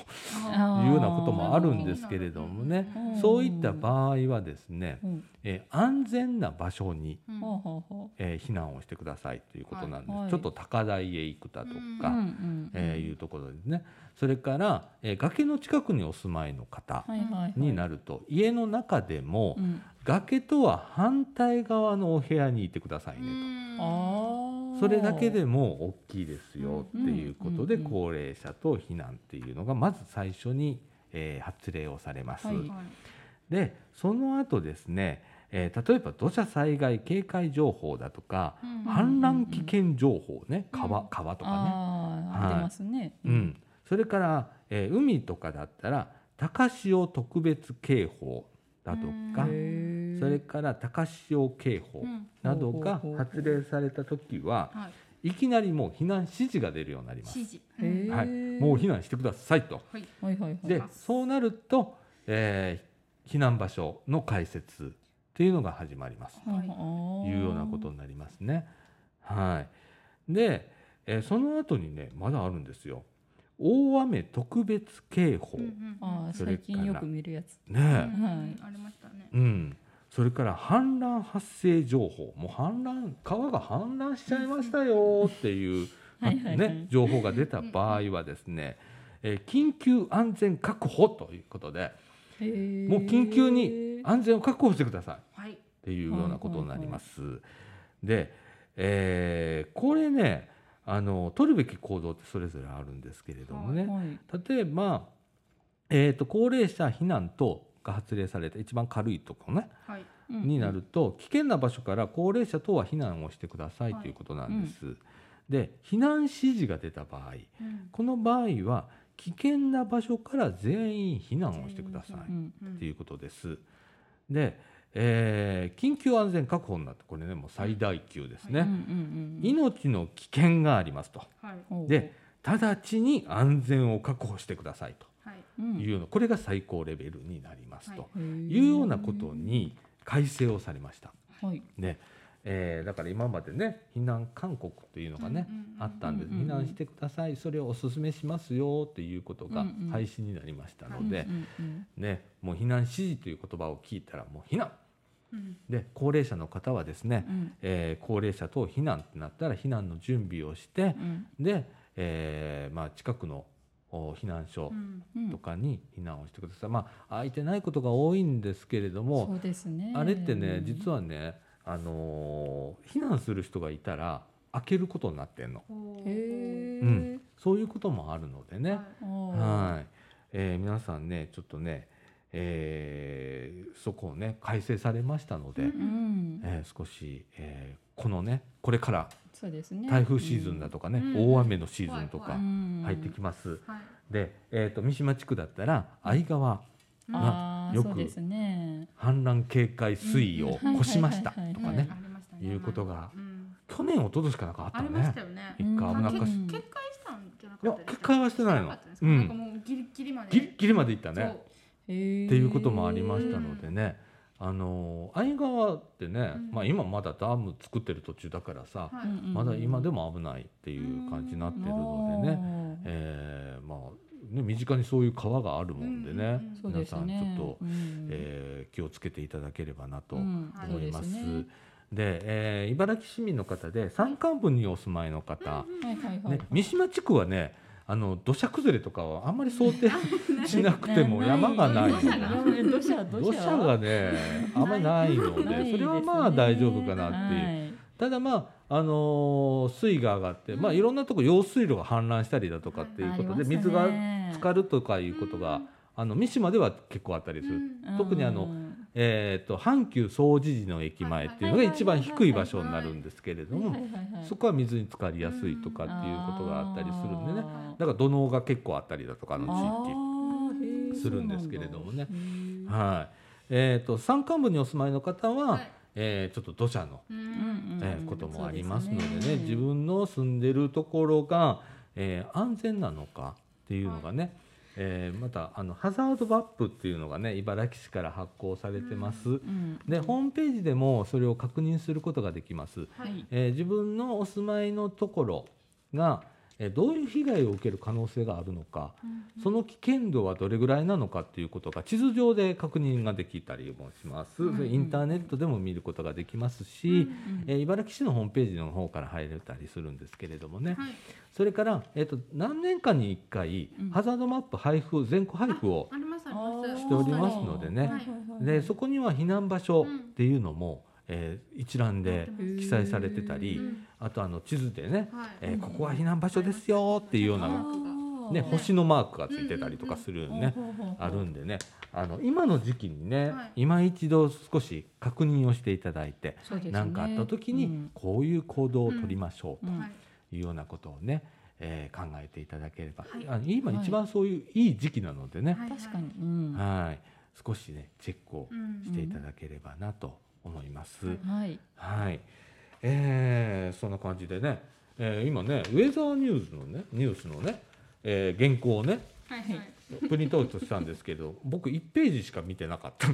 [SPEAKER 2] あ
[SPEAKER 1] いうようなこともあるんですけれどもね
[SPEAKER 3] うん
[SPEAKER 1] そういった場合はですね、
[SPEAKER 3] うん
[SPEAKER 1] えー安全な場所に、
[SPEAKER 2] うん
[SPEAKER 3] ほうほうほ
[SPEAKER 1] えー避難をしてくださいということなんです、
[SPEAKER 3] はいはい
[SPEAKER 1] ちょっと高台へ行くだと
[SPEAKER 3] ううん
[SPEAKER 1] か、
[SPEAKER 3] うん
[SPEAKER 1] えーいうところですねそれから、えー崖の近くにお住まいの方
[SPEAKER 3] はいはいはい
[SPEAKER 1] になると、家の中でも、
[SPEAKER 3] うん
[SPEAKER 1] 崖とは反対側のお部屋にいてくださいね
[SPEAKER 3] あ
[SPEAKER 1] と、
[SPEAKER 3] ー
[SPEAKER 1] それだけでも大きいですよっていうことで、
[SPEAKER 3] うんうんうん
[SPEAKER 1] 高齢者と避難っていうのがまず最初に、えー発令をされます、
[SPEAKER 3] はい
[SPEAKER 2] はい
[SPEAKER 1] でその後ですね、えー例えば土砂災害警戒情報だとか、
[SPEAKER 2] うん
[SPEAKER 3] あ
[SPEAKER 1] 氾濫危険情報ね
[SPEAKER 2] うん
[SPEAKER 1] 川川とかね、
[SPEAKER 3] ああ、
[SPEAKER 1] はい
[SPEAKER 3] 出ますね。
[SPEAKER 1] うん、それから、えー海とかだったら高潮特別警報だとか
[SPEAKER 2] うん
[SPEAKER 3] へえ
[SPEAKER 1] それから高潮警報
[SPEAKER 2] うん
[SPEAKER 1] などが
[SPEAKER 3] ほうほうほう
[SPEAKER 1] 発令された時は
[SPEAKER 2] はい、
[SPEAKER 1] いきなりもう避難指示が出るようになります。
[SPEAKER 2] 指示、
[SPEAKER 3] へえ
[SPEAKER 1] はい、もう避難してくださいと。
[SPEAKER 2] はい
[SPEAKER 3] はいはいはい。
[SPEAKER 1] でそうなると、えー避難場所の開設っていうのが始まります。
[SPEAKER 2] はい
[SPEAKER 1] いうようなことになりますね。はい、で、えーその後にねまだあるんですよ。大雨特別警報、
[SPEAKER 2] うんう
[SPEAKER 1] ね
[SPEAKER 2] んうん
[SPEAKER 3] ああ
[SPEAKER 1] それ
[SPEAKER 3] 最
[SPEAKER 1] から
[SPEAKER 3] 近よく見 るやつ。
[SPEAKER 2] うん
[SPEAKER 1] え、
[SPEAKER 2] うんうんありましたね。
[SPEAKER 1] うんそれから氾濫発生情報もう氾濫川が氾濫しちゃいましたよっていう
[SPEAKER 3] はいはいはい
[SPEAKER 1] ね、情報が出た場合はですね、えー緊急安全確保ということで
[SPEAKER 3] へえ
[SPEAKER 1] もう緊急に安全を確保してください。
[SPEAKER 2] はい。
[SPEAKER 1] っていうようなことになります。で、えーこれねあの取るべき行動ってそれぞれあるんですけれどもね、
[SPEAKER 3] はい
[SPEAKER 1] 例えば、えー、と高齢者避難等が発令された一番軽いとこね、
[SPEAKER 2] はい。
[SPEAKER 3] うん
[SPEAKER 1] になると危険な場所から高齢者等は避難をしてください
[SPEAKER 2] はい
[SPEAKER 1] ということなんです。で避難指示が出た場合
[SPEAKER 2] うん
[SPEAKER 1] この場合は危険な場所から全員避難をしてください。
[SPEAKER 3] うん
[SPEAKER 2] う
[SPEAKER 1] っ
[SPEAKER 2] ん
[SPEAKER 1] ていうことです。で、えー緊急安全確保になってこれねもう最大級です
[SPEAKER 3] うんう
[SPEAKER 1] ね。
[SPEAKER 3] んうん
[SPEAKER 1] 命の危険がありますと。
[SPEAKER 2] はい。
[SPEAKER 3] ほう
[SPEAKER 1] で、直ちに安全を確保してください
[SPEAKER 2] はい。
[SPEAKER 3] う
[SPEAKER 1] と
[SPEAKER 3] ん
[SPEAKER 1] いうの、これが最高レベルになりますと
[SPEAKER 2] は
[SPEAKER 1] いうようなことに改正をされました。
[SPEAKER 3] はい
[SPEAKER 1] ね、えーだから今までね避難勧告というのがね、
[SPEAKER 2] うんうんうん
[SPEAKER 1] あったんです、
[SPEAKER 3] うんうんうん
[SPEAKER 1] 避難してくださいそれをお勧めしますよっていうこと
[SPEAKER 3] う
[SPEAKER 1] が
[SPEAKER 3] んうん
[SPEAKER 1] 廃止になりましたので、
[SPEAKER 3] うんうん
[SPEAKER 1] ね、もう避難指示という言葉を聞いたらもう避難
[SPEAKER 2] うん。
[SPEAKER 1] で高齢者の方はですね、
[SPEAKER 3] うん
[SPEAKER 1] えー高齢者等避難ってなったら避難の準備をして
[SPEAKER 3] うん
[SPEAKER 1] で、えーまあ、近くのお避難所
[SPEAKER 2] うん。
[SPEAKER 3] うん
[SPEAKER 1] とかに避難をしてください、まあ空いてないことが多いんですけれども、
[SPEAKER 3] そうですね
[SPEAKER 1] あれってね実はね、あのー避難する人がいたら開けることになってんの
[SPEAKER 2] ほう
[SPEAKER 3] へえ
[SPEAKER 1] うんそういうこともあるのでね。
[SPEAKER 2] はい
[SPEAKER 3] は
[SPEAKER 1] はい、えー皆さんねちょっとね、えーそこをね改正されましたので、
[SPEAKER 2] うん
[SPEAKER 3] いうん
[SPEAKER 1] えー少し、えーこのねこれから
[SPEAKER 3] そうですね
[SPEAKER 1] 台風シーズンだとかね、
[SPEAKER 2] うん
[SPEAKER 1] 大雨のシーズンと
[SPEAKER 2] う
[SPEAKER 1] か
[SPEAKER 3] うん
[SPEAKER 1] 入ってきます。
[SPEAKER 2] はい。
[SPEAKER 1] で、えー、と三島地区だったら相川
[SPEAKER 2] うん
[SPEAKER 3] ああ
[SPEAKER 1] よ
[SPEAKER 3] よ
[SPEAKER 1] く
[SPEAKER 3] くそうですね
[SPEAKER 1] 氾濫警戒水位を
[SPEAKER 3] うん
[SPEAKER 1] 越しました
[SPEAKER 3] はいはいはいはい
[SPEAKER 1] とか
[SPEAKER 2] はい
[SPEAKER 1] ね
[SPEAKER 2] ありましたね。
[SPEAKER 1] いうことが
[SPEAKER 2] うん。
[SPEAKER 1] 去年一昨年かなんかあった
[SPEAKER 2] あ
[SPEAKER 1] よ
[SPEAKER 2] りまし
[SPEAKER 1] ね
[SPEAKER 2] た。よね。
[SPEAKER 1] 一回危なっかし
[SPEAKER 3] うん
[SPEAKER 2] 決壊したんじゃなか
[SPEAKER 1] いや
[SPEAKER 2] ったです
[SPEAKER 1] 決
[SPEAKER 2] か。
[SPEAKER 1] 壊はしてない
[SPEAKER 2] な
[SPEAKER 1] の
[SPEAKER 2] かったで。す
[SPEAKER 1] う
[SPEAKER 2] かなんか
[SPEAKER 1] ん、
[SPEAKER 2] もうギリギリまで。
[SPEAKER 1] ギリギリまでいった
[SPEAKER 2] そ
[SPEAKER 1] ね。
[SPEAKER 2] う
[SPEAKER 3] っ
[SPEAKER 1] っ
[SPEAKER 3] て
[SPEAKER 1] てい
[SPEAKER 3] いう
[SPEAKER 1] こともありましたのでね、あの相川ってね、
[SPEAKER 2] うん
[SPEAKER 1] まあ、今まだダム作ってる途中だからさ、
[SPEAKER 2] はい。
[SPEAKER 1] まだ今で
[SPEAKER 3] も
[SPEAKER 1] も危ないっていう感じになってるのでね、えーまあ、ね身近にそういう川があるもんでね、
[SPEAKER 2] うんうんうん
[SPEAKER 3] そうですね
[SPEAKER 1] 皆さんちょっと
[SPEAKER 3] うん
[SPEAKER 1] えー気をつけていただければなと
[SPEAKER 3] うん
[SPEAKER 2] はい
[SPEAKER 1] 思います。
[SPEAKER 3] そうですね
[SPEAKER 1] でえー茨城市民の方で山間部にお住まいの方、
[SPEAKER 3] はいはいはい、
[SPEAKER 1] ね、三島地区はねあの土砂崩れとかはあんまり想定 しなくても山がないの
[SPEAKER 3] 土砂
[SPEAKER 1] で
[SPEAKER 3] が
[SPEAKER 1] 土
[SPEAKER 3] 土砂
[SPEAKER 1] 砂がねあんまりないので
[SPEAKER 3] ないですね
[SPEAKER 1] それはまあ大丈夫かなっていう、
[SPEAKER 3] はい
[SPEAKER 1] ただまあ、あのー水位が上がって、
[SPEAKER 2] うん
[SPEAKER 1] まあ、いろんなとこ用水路が氾濫したりだとかっていうことで、水が浸かるとかいうことが、あの三島では結構あったりする、
[SPEAKER 2] うん
[SPEAKER 1] 特にあのえー、と阪急総除寺の駅前っていうのが一番低い場所になるんですけれども、そこは水に浸かりやすいとかっていうことがあったりするんでね、だから土のうが結構あったりだとかあの地域。
[SPEAKER 3] 地
[SPEAKER 1] するんですけれどもねはいえー、と山間部にお住まいの方は、
[SPEAKER 2] はい
[SPEAKER 1] えーちょっと土砂の、
[SPEAKER 2] う。
[SPEAKER 3] うんん
[SPEAKER 1] えー
[SPEAKER 3] うん
[SPEAKER 1] こともありますのでね
[SPEAKER 3] そうす
[SPEAKER 1] 自分の住んでるところが、えー安全なのかっていうのがね、えーまたあのハザードマップっていうのがね茨城市から発行されてます。
[SPEAKER 3] うん
[SPEAKER 1] でホームページでもそれを確認することができます。
[SPEAKER 2] はい。
[SPEAKER 1] えー自分のお住まいのところが、えーどういう被害を受ける可能性があるのか、その危険度はどれぐらいなのかっていうことが地図上で確認ができたりもします、
[SPEAKER 2] うん
[SPEAKER 1] それインターネットでも見ることができますし、
[SPEAKER 2] うん
[SPEAKER 1] えー茨城市のホームページの方から入れたりするんですけれどもね、
[SPEAKER 2] はい。
[SPEAKER 1] それから、えー、と何年かに1回、
[SPEAKER 3] うん
[SPEAKER 1] ハザードマップ配布全国配布を
[SPEAKER 2] ありますあります。
[SPEAKER 1] しておりますのでね
[SPEAKER 2] はい
[SPEAKER 1] でそこには避難場所っていうのも、えー一覧で
[SPEAKER 2] に
[SPEAKER 1] 記載されてた
[SPEAKER 2] う
[SPEAKER 1] り
[SPEAKER 2] ん
[SPEAKER 1] あとあの地図でね、
[SPEAKER 2] はい。
[SPEAKER 1] えーここは避難場所ですよっていうよう
[SPEAKER 3] あ
[SPEAKER 1] な
[SPEAKER 3] ー
[SPEAKER 1] ね、
[SPEAKER 3] ほう
[SPEAKER 1] 星のマークがついてたりとかする
[SPEAKER 3] ほう
[SPEAKER 1] ね、
[SPEAKER 3] ほうほう
[SPEAKER 1] あるんでねあの今の時期にね、
[SPEAKER 2] はい
[SPEAKER 1] 今一度少し確認をしていただいて
[SPEAKER 3] そうですね
[SPEAKER 1] 何、なんかあった時
[SPEAKER 3] う
[SPEAKER 1] に
[SPEAKER 3] ん
[SPEAKER 1] こういう行動を取りましょう
[SPEAKER 3] うん
[SPEAKER 2] はい
[SPEAKER 1] というようなことをね、えー考えていただければ、
[SPEAKER 2] はい
[SPEAKER 1] あの今一番そういういい時期なのでね、
[SPEAKER 2] はい
[SPEAKER 3] 確かに、うんは
[SPEAKER 1] はい少しねチェックを
[SPEAKER 2] うん
[SPEAKER 1] していただければなと思います。
[SPEAKER 2] うん
[SPEAKER 3] い
[SPEAKER 1] はい、えーそんな感じでね、えー今ねウェザーニュースのねニュースのね、えー原稿をね
[SPEAKER 2] はいは
[SPEAKER 1] プリントアウトしたんですけど 僕1ページしか見てなかった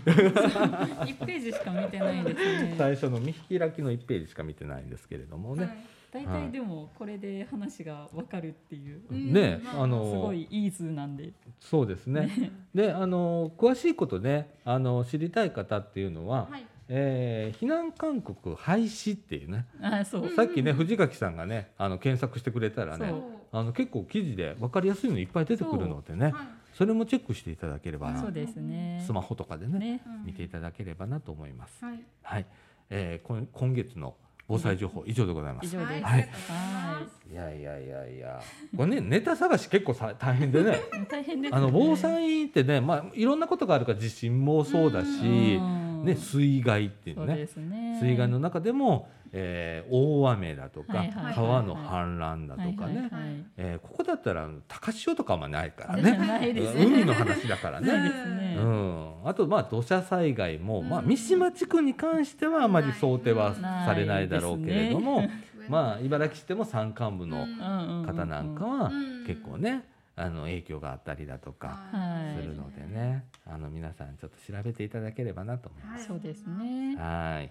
[SPEAKER 3] 一ページしか見てないですね
[SPEAKER 1] 最初の見開きの1ページしか見てないんですけれども
[SPEAKER 2] い。
[SPEAKER 1] ね、
[SPEAKER 2] はい
[SPEAKER 3] 大体でもこれで話がわかるっていう
[SPEAKER 2] うん
[SPEAKER 1] ね
[SPEAKER 2] まあ
[SPEAKER 1] あ
[SPEAKER 3] すご
[SPEAKER 1] の
[SPEAKER 3] いイーズなんで
[SPEAKER 1] そうですねであの詳しいことねあの知りたい方っていうのは、
[SPEAKER 2] はい。
[SPEAKER 1] えー避難勧告廃止っていうね、
[SPEAKER 3] あそう
[SPEAKER 1] さっきね藤垣さんがねあの検索してくれたら
[SPEAKER 3] そ
[SPEAKER 1] ね
[SPEAKER 3] う
[SPEAKER 1] あの結構記事で分かりやすいのいっぱい出てくるのでね
[SPEAKER 2] はい
[SPEAKER 1] それもチェックしていただければな
[SPEAKER 3] そうですね
[SPEAKER 1] スマホとかでね
[SPEAKER 3] ね
[SPEAKER 2] うん
[SPEAKER 1] 見ていただければなと思います。
[SPEAKER 2] はい。
[SPEAKER 1] はい、えー、こん今月の防災情報以上でございま
[SPEAKER 3] 以
[SPEAKER 1] す。
[SPEAKER 3] 上
[SPEAKER 2] は
[SPEAKER 3] で
[SPEAKER 2] い。
[SPEAKER 3] す、
[SPEAKER 1] はい
[SPEAKER 2] ありがとうございます
[SPEAKER 1] いやいやいやいや、これねネタ探し結構さ大変で ね。
[SPEAKER 3] 大変ですね
[SPEAKER 1] あの防災ってね、まあいろんなことがあるから地震もそうだし、
[SPEAKER 3] うん
[SPEAKER 1] ね水害っていう
[SPEAKER 3] そう
[SPEAKER 1] ね
[SPEAKER 3] で。すね
[SPEAKER 1] 水害の中でも、えー大雨だとか、
[SPEAKER 3] はいはい
[SPEAKER 2] はい
[SPEAKER 1] 川の氾濫だとかね、
[SPEAKER 3] はいはいはい
[SPEAKER 1] えーここだったらあの高潮とかはないから
[SPEAKER 3] じゃ
[SPEAKER 1] ね
[SPEAKER 3] ないですね
[SPEAKER 1] 海の話だからね
[SPEAKER 3] ないです ね
[SPEAKER 1] うん、あとまあ土砂災害も、まあ、
[SPEAKER 2] うん
[SPEAKER 1] 三島地区に関してはあまり想定はされないだろうけれども、 まあ茨城市でも山間部の
[SPEAKER 2] うん
[SPEAKER 1] 方なんかは
[SPEAKER 2] うん
[SPEAKER 1] 結構ねあの影響があったりだとか
[SPEAKER 3] は
[SPEAKER 1] す
[SPEAKER 3] い
[SPEAKER 1] るのでねあの皆さんちょっと調べていただければなと思います。
[SPEAKER 3] そうですね
[SPEAKER 1] はい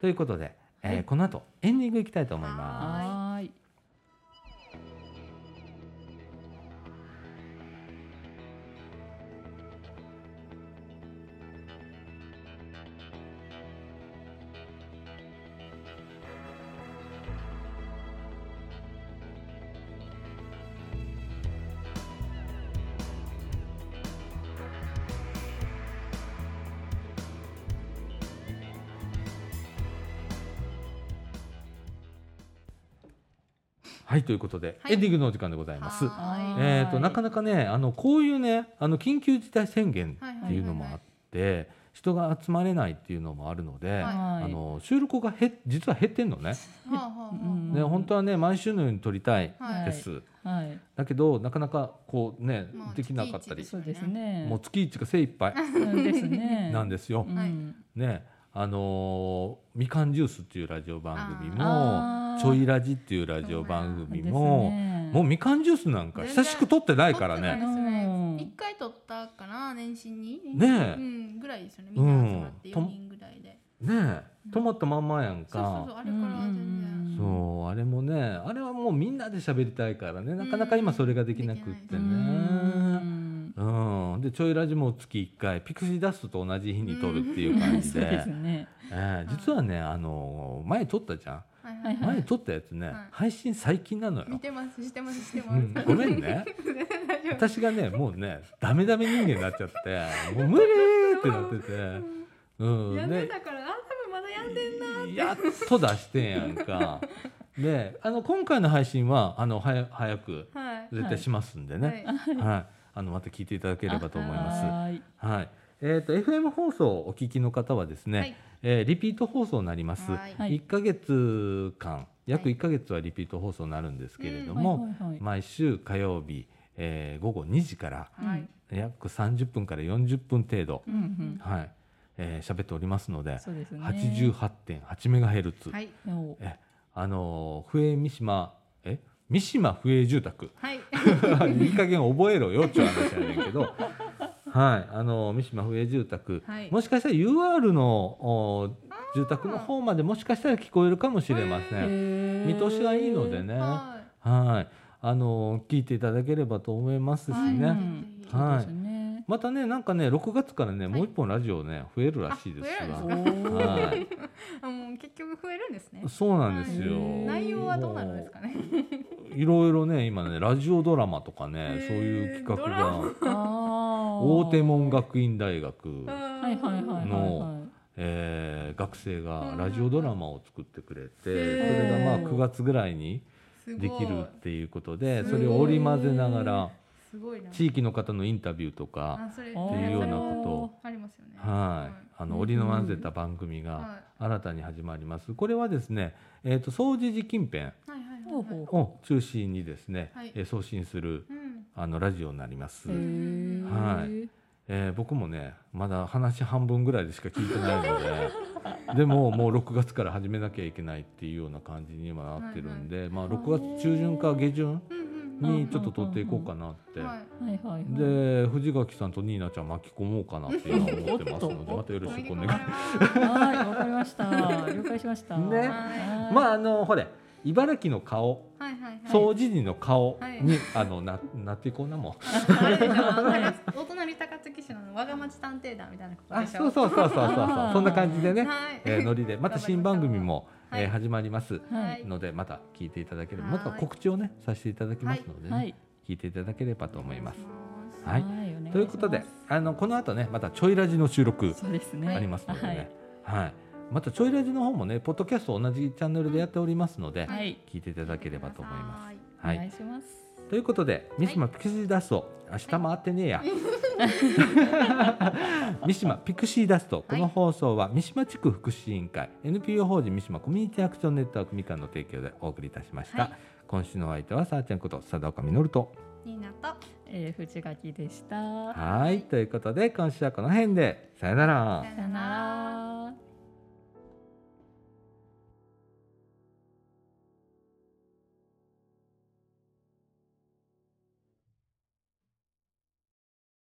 [SPEAKER 1] ということで、えー
[SPEAKER 3] はい
[SPEAKER 1] この後エンディングいきたいと思います。
[SPEAKER 3] はーい
[SPEAKER 1] はいということで、
[SPEAKER 2] はい
[SPEAKER 1] エンディングのお時間でございます。
[SPEAKER 2] は
[SPEAKER 1] えー、と
[SPEAKER 3] はい
[SPEAKER 1] なかなかねあのこういうねあの緊急事態宣言っていうのもあって、人が集まれないっていうのもあるので、
[SPEAKER 2] はい
[SPEAKER 1] あの収録がへ実は減ってんのね,、
[SPEAKER 2] はあはあは
[SPEAKER 3] うん
[SPEAKER 1] ね本当はね毎週のように撮りたい
[SPEAKER 2] あはい
[SPEAKER 1] で
[SPEAKER 3] はい
[SPEAKER 1] す、
[SPEAKER 3] はい
[SPEAKER 1] だけどなかなかこうね、
[SPEAKER 2] まあ
[SPEAKER 1] できなかったり
[SPEAKER 2] 月
[SPEAKER 3] そうですね
[SPEAKER 1] もう月一が精一杯
[SPEAKER 3] うんですね
[SPEAKER 1] なんですよ。
[SPEAKER 3] うん
[SPEAKER 2] はい
[SPEAKER 1] ねあのーみかんジュース」っていうラジオ番組も
[SPEAKER 3] あ
[SPEAKER 1] 「
[SPEAKER 3] ー
[SPEAKER 1] ちょいラジ」っていうラジオ番組
[SPEAKER 3] です
[SPEAKER 1] も、
[SPEAKER 3] ね
[SPEAKER 1] もうみかんジュースなんか久しく撮ってないから
[SPEAKER 2] 撮って
[SPEAKER 1] ね。
[SPEAKER 2] ないです
[SPEAKER 3] う
[SPEAKER 2] ね
[SPEAKER 3] ん
[SPEAKER 2] 一回取ったかな年始に
[SPEAKER 1] ねえ
[SPEAKER 2] うんぐらいですよねみんな集まって
[SPEAKER 1] うんと
[SPEAKER 2] 4人ぐらいで
[SPEAKER 1] ねえ止まったまんまやん
[SPEAKER 2] そうそうそう
[SPEAKER 1] か。
[SPEAKER 2] あれからは全然
[SPEAKER 1] そうあれもねあれはもうみんなで喋りたいからねなかなか今それができなくって
[SPEAKER 3] う
[SPEAKER 1] ね。
[SPEAKER 3] ん
[SPEAKER 1] うん、でちょいラジも月1回ピクシーダストと同じ日に撮るっていう感じ
[SPEAKER 3] そ
[SPEAKER 1] で,、
[SPEAKER 3] うですね
[SPEAKER 1] ええ実はねあの前撮ったじゃ
[SPEAKER 2] はい
[SPEAKER 3] は
[SPEAKER 2] はいい
[SPEAKER 1] ん前撮ったやつね、
[SPEAKER 2] はい
[SPEAKER 1] 配信最近なのよ
[SPEAKER 2] 見、てますしてますして
[SPEAKER 1] う
[SPEAKER 2] ます
[SPEAKER 1] ん、ごめん ね
[SPEAKER 2] 大丈夫
[SPEAKER 1] 私がねもうねダメダメ人間になっちゃってもう無理ってなってて、うん、
[SPEAKER 2] やん
[SPEAKER 1] で
[SPEAKER 2] でたからあ多分まだやんでんな
[SPEAKER 1] やっと出してんやんかであの今回の配信はあのはや早く
[SPEAKER 2] はい
[SPEAKER 1] 絶対しますんで
[SPEAKER 2] は
[SPEAKER 1] ね、
[SPEAKER 2] い
[SPEAKER 1] はいあのまた聞いていただければと思います。
[SPEAKER 3] はーい
[SPEAKER 1] はい。えっ、と FM 放送をお聞きの方はですね、
[SPEAKER 2] はい
[SPEAKER 1] えーリピート放送になります。
[SPEAKER 2] はい
[SPEAKER 3] はい
[SPEAKER 1] 1ヶ月間、約
[SPEAKER 2] はい
[SPEAKER 1] 1ヶ月はリピート放送になるんですけれども、
[SPEAKER 3] はいはいはい
[SPEAKER 1] 毎週火曜日、えー午後2時から
[SPEAKER 2] はい
[SPEAKER 1] 約30分から40分程度、
[SPEAKER 3] うんうん
[SPEAKER 1] はい、えー喋っておりますので、
[SPEAKER 3] そうですね
[SPEAKER 1] 88.8メガヘルツ。
[SPEAKER 2] はい
[SPEAKER 3] お
[SPEAKER 1] え、あのー、笛三島え三島笛住宅。
[SPEAKER 2] はい
[SPEAKER 1] いい加減覚えろよっちゅう話やねんけどはいあの三島笛住宅、
[SPEAKER 2] はい
[SPEAKER 1] もしかしたら UR のお住宅の方までもしかしたら聞こえるかもしれません見
[SPEAKER 3] 見
[SPEAKER 1] 通しがいいのでねは
[SPEAKER 2] はい
[SPEAKER 1] いあの聞いていただければと思いますしね、
[SPEAKER 2] は
[SPEAKER 3] はいい
[SPEAKER 1] はい
[SPEAKER 3] そうですね
[SPEAKER 1] またねなんかね6月からね、
[SPEAKER 2] い
[SPEAKER 1] もう一本ラジオね増えるらしいですわ
[SPEAKER 2] あ増え
[SPEAKER 3] お
[SPEAKER 1] は
[SPEAKER 2] あもう結局増えるんですね
[SPEAKER 1] いそうなんですよ、
[SPEAKER 3] はい
[SPEAKER 2] 内容はどうなるんですかね
[SPEAKER 1] いろいろね今ねラジオドラマとかねそういう企画
[SPEAKER 2] ドラ
[SPEAKER 1] が
[SPEAKER 3] あー
[SPEAKER 1] 大手門学院大学
[SPEAKER 3] はいはいはいはいは
[SPEAKER 1] のえー学生がラジオドラマを作ってくれて、
[SPEAKER 2] へ
[SPEAKER 1] それ
[SPEAKER 2] ー
[SPEAKER 1] がまあ9月ぐらいに
[SPEAKER 2] すごい
[SPEAKER 1] できるっていうことです
[SPEAKER 2] ごい
[SPEAKER 1] それを織り交ぜながら
[SPEAKER 2] すごいな。
[SPEAKER 1] 地域の方のインタビューとか、
[SPEAKER 2] あそれ
[SPEAKER 3] あー
[SPEAKER 1] っていうようなことを
[SPEAKER 2] ありますよね。
[SPEAKER 1] はい、あの
[SPEAKER 3] うん
[SPEAKER 1] 織りの混ぜた番組が
[SPEAKER 2] は
[SPEAKER 1] 新たに始まります。これはですね、えっ、と総除寺近辺
[SPEAKER 2] いはいはい
[SPEAKER 3] ほうほ
[SPEAKER 2] は
[SPEAKER 3] う
[SPEAKER 2] い。
[SPEAKER 1] を中心にですね、
[SPEAKER 2] はい
[SPEAKER 1] えー送信する
[SPEAKER 2] うん。
[SPEAKER 1] あのラジオになります。
[SPEAKER 2] ん
[SPEAKER 1] はい
[SPEAKER 3] い。
[SPEAKER 1] えー僕もねまだ話半分ぐらいでしか聞いてないのでで ももう6月から始めなきゃいけないっていうような感じに今なってるんで、まあ、6月中旬か下旬
[SPEAKER 2] うんうんうん。
[SPEAKER 1] にちょっと撮っていこうかなって。
[SPEAKER 2] はい。
[SPEAKER 3] はいはいはい。
[SPEAKER 1] で藤垣さんとニーナちゃん巻き込もうかなって今思ってますので
[SPEAKER 3] おっと
[SPEAKER 1] またよろしくお願い
[SPEAKER 2] は
[SPEAKER 1] し
[SPEAKER 3] はい、わかりました。了解しました。
[SPEAKER 1] ねま
[SPEAKER 3] はい
[SPEAKER 1] す。ああのほれ茨城の顔
[SPEAKER 2] いはいはい。
[SPEAKER 1] 総除寺の顔
[SPEAKER 2] はい
[SPEAKER 1] に、あのななっていこうなもん。
[SPEAKER 2] あれでしょあのお隣高槻市のわが町探偵団みたいなこと
[SPEAKER 1] あ
[SPEAKER 2] でしょ。
[SPEAKER 1] そうそうそうそうそうそ
[SPEAKER 3] あ
[SPEAKER 1] う
[SPEAKER 3] ー
[SPEAKER 1] そんな感じでね、
[SPEAKER 2] はい。
[SPEAKER 1] えーノリでまた新番組も、
[SPEAKER 2] はい
[SPEAKER 1] えー始まります
[SPEAKER 3] はい
[SPEAKER 1] のでまた聞いていただければ
[SPEAKER 2] は
[SPEAKER 1] ま
[SPEAKER 2] い
[SPEAKER 1] た告知をねさせていただきますのでね、
[SPEAKER 3] はい。
[SPEAKER 1] 聞いていただければと思います。
[SPEAKER 2] は
[SPEAKER 1] はい、
[SPEAKER 3] お願します
[SPEAKER 1] ということであのこの後ねまたちょいラジの収録
[SPEAKER 3] そうですね。
[SPEAKER 1] ありますので
[SPEAKER 3] は
[SPEAKER 1] ね
[SPEAKER 3] い。、
[SPEAKER 1] はいまたちょいラジの方もねポッドキャスト同じチャンネルでやっておりますので、
[SPEAKER 3] はい。
[SPEAKER 1] 聞いていただければと思います。
[SPEAKER 2] す。
[SPEAKER 3] お
[SPEAKER 1] はい
[SPEAKER 3] 願いします。
[SPEAKER 1] ということで三島ピクシーダスト、明日回ってねえや、 三島ピクシーダストこの放送は三島地区福祉委員会 NPO 法人三島コミュニティアクションネットワークみかんの提供でお送りいたしました、
[SPEAKER 2] はい
[SPEAKER 1] 今週のお相手はさあちゃんこと佐岡実と
[SPEAKER 2] ニーナと。
[SPEAKER 3] えー、藤垣でした。
[SPEAKER 1] はいということで今週はこの辺でさよなら
[SPEAKER 2] さよ
[SPEAKER 3] さよなら。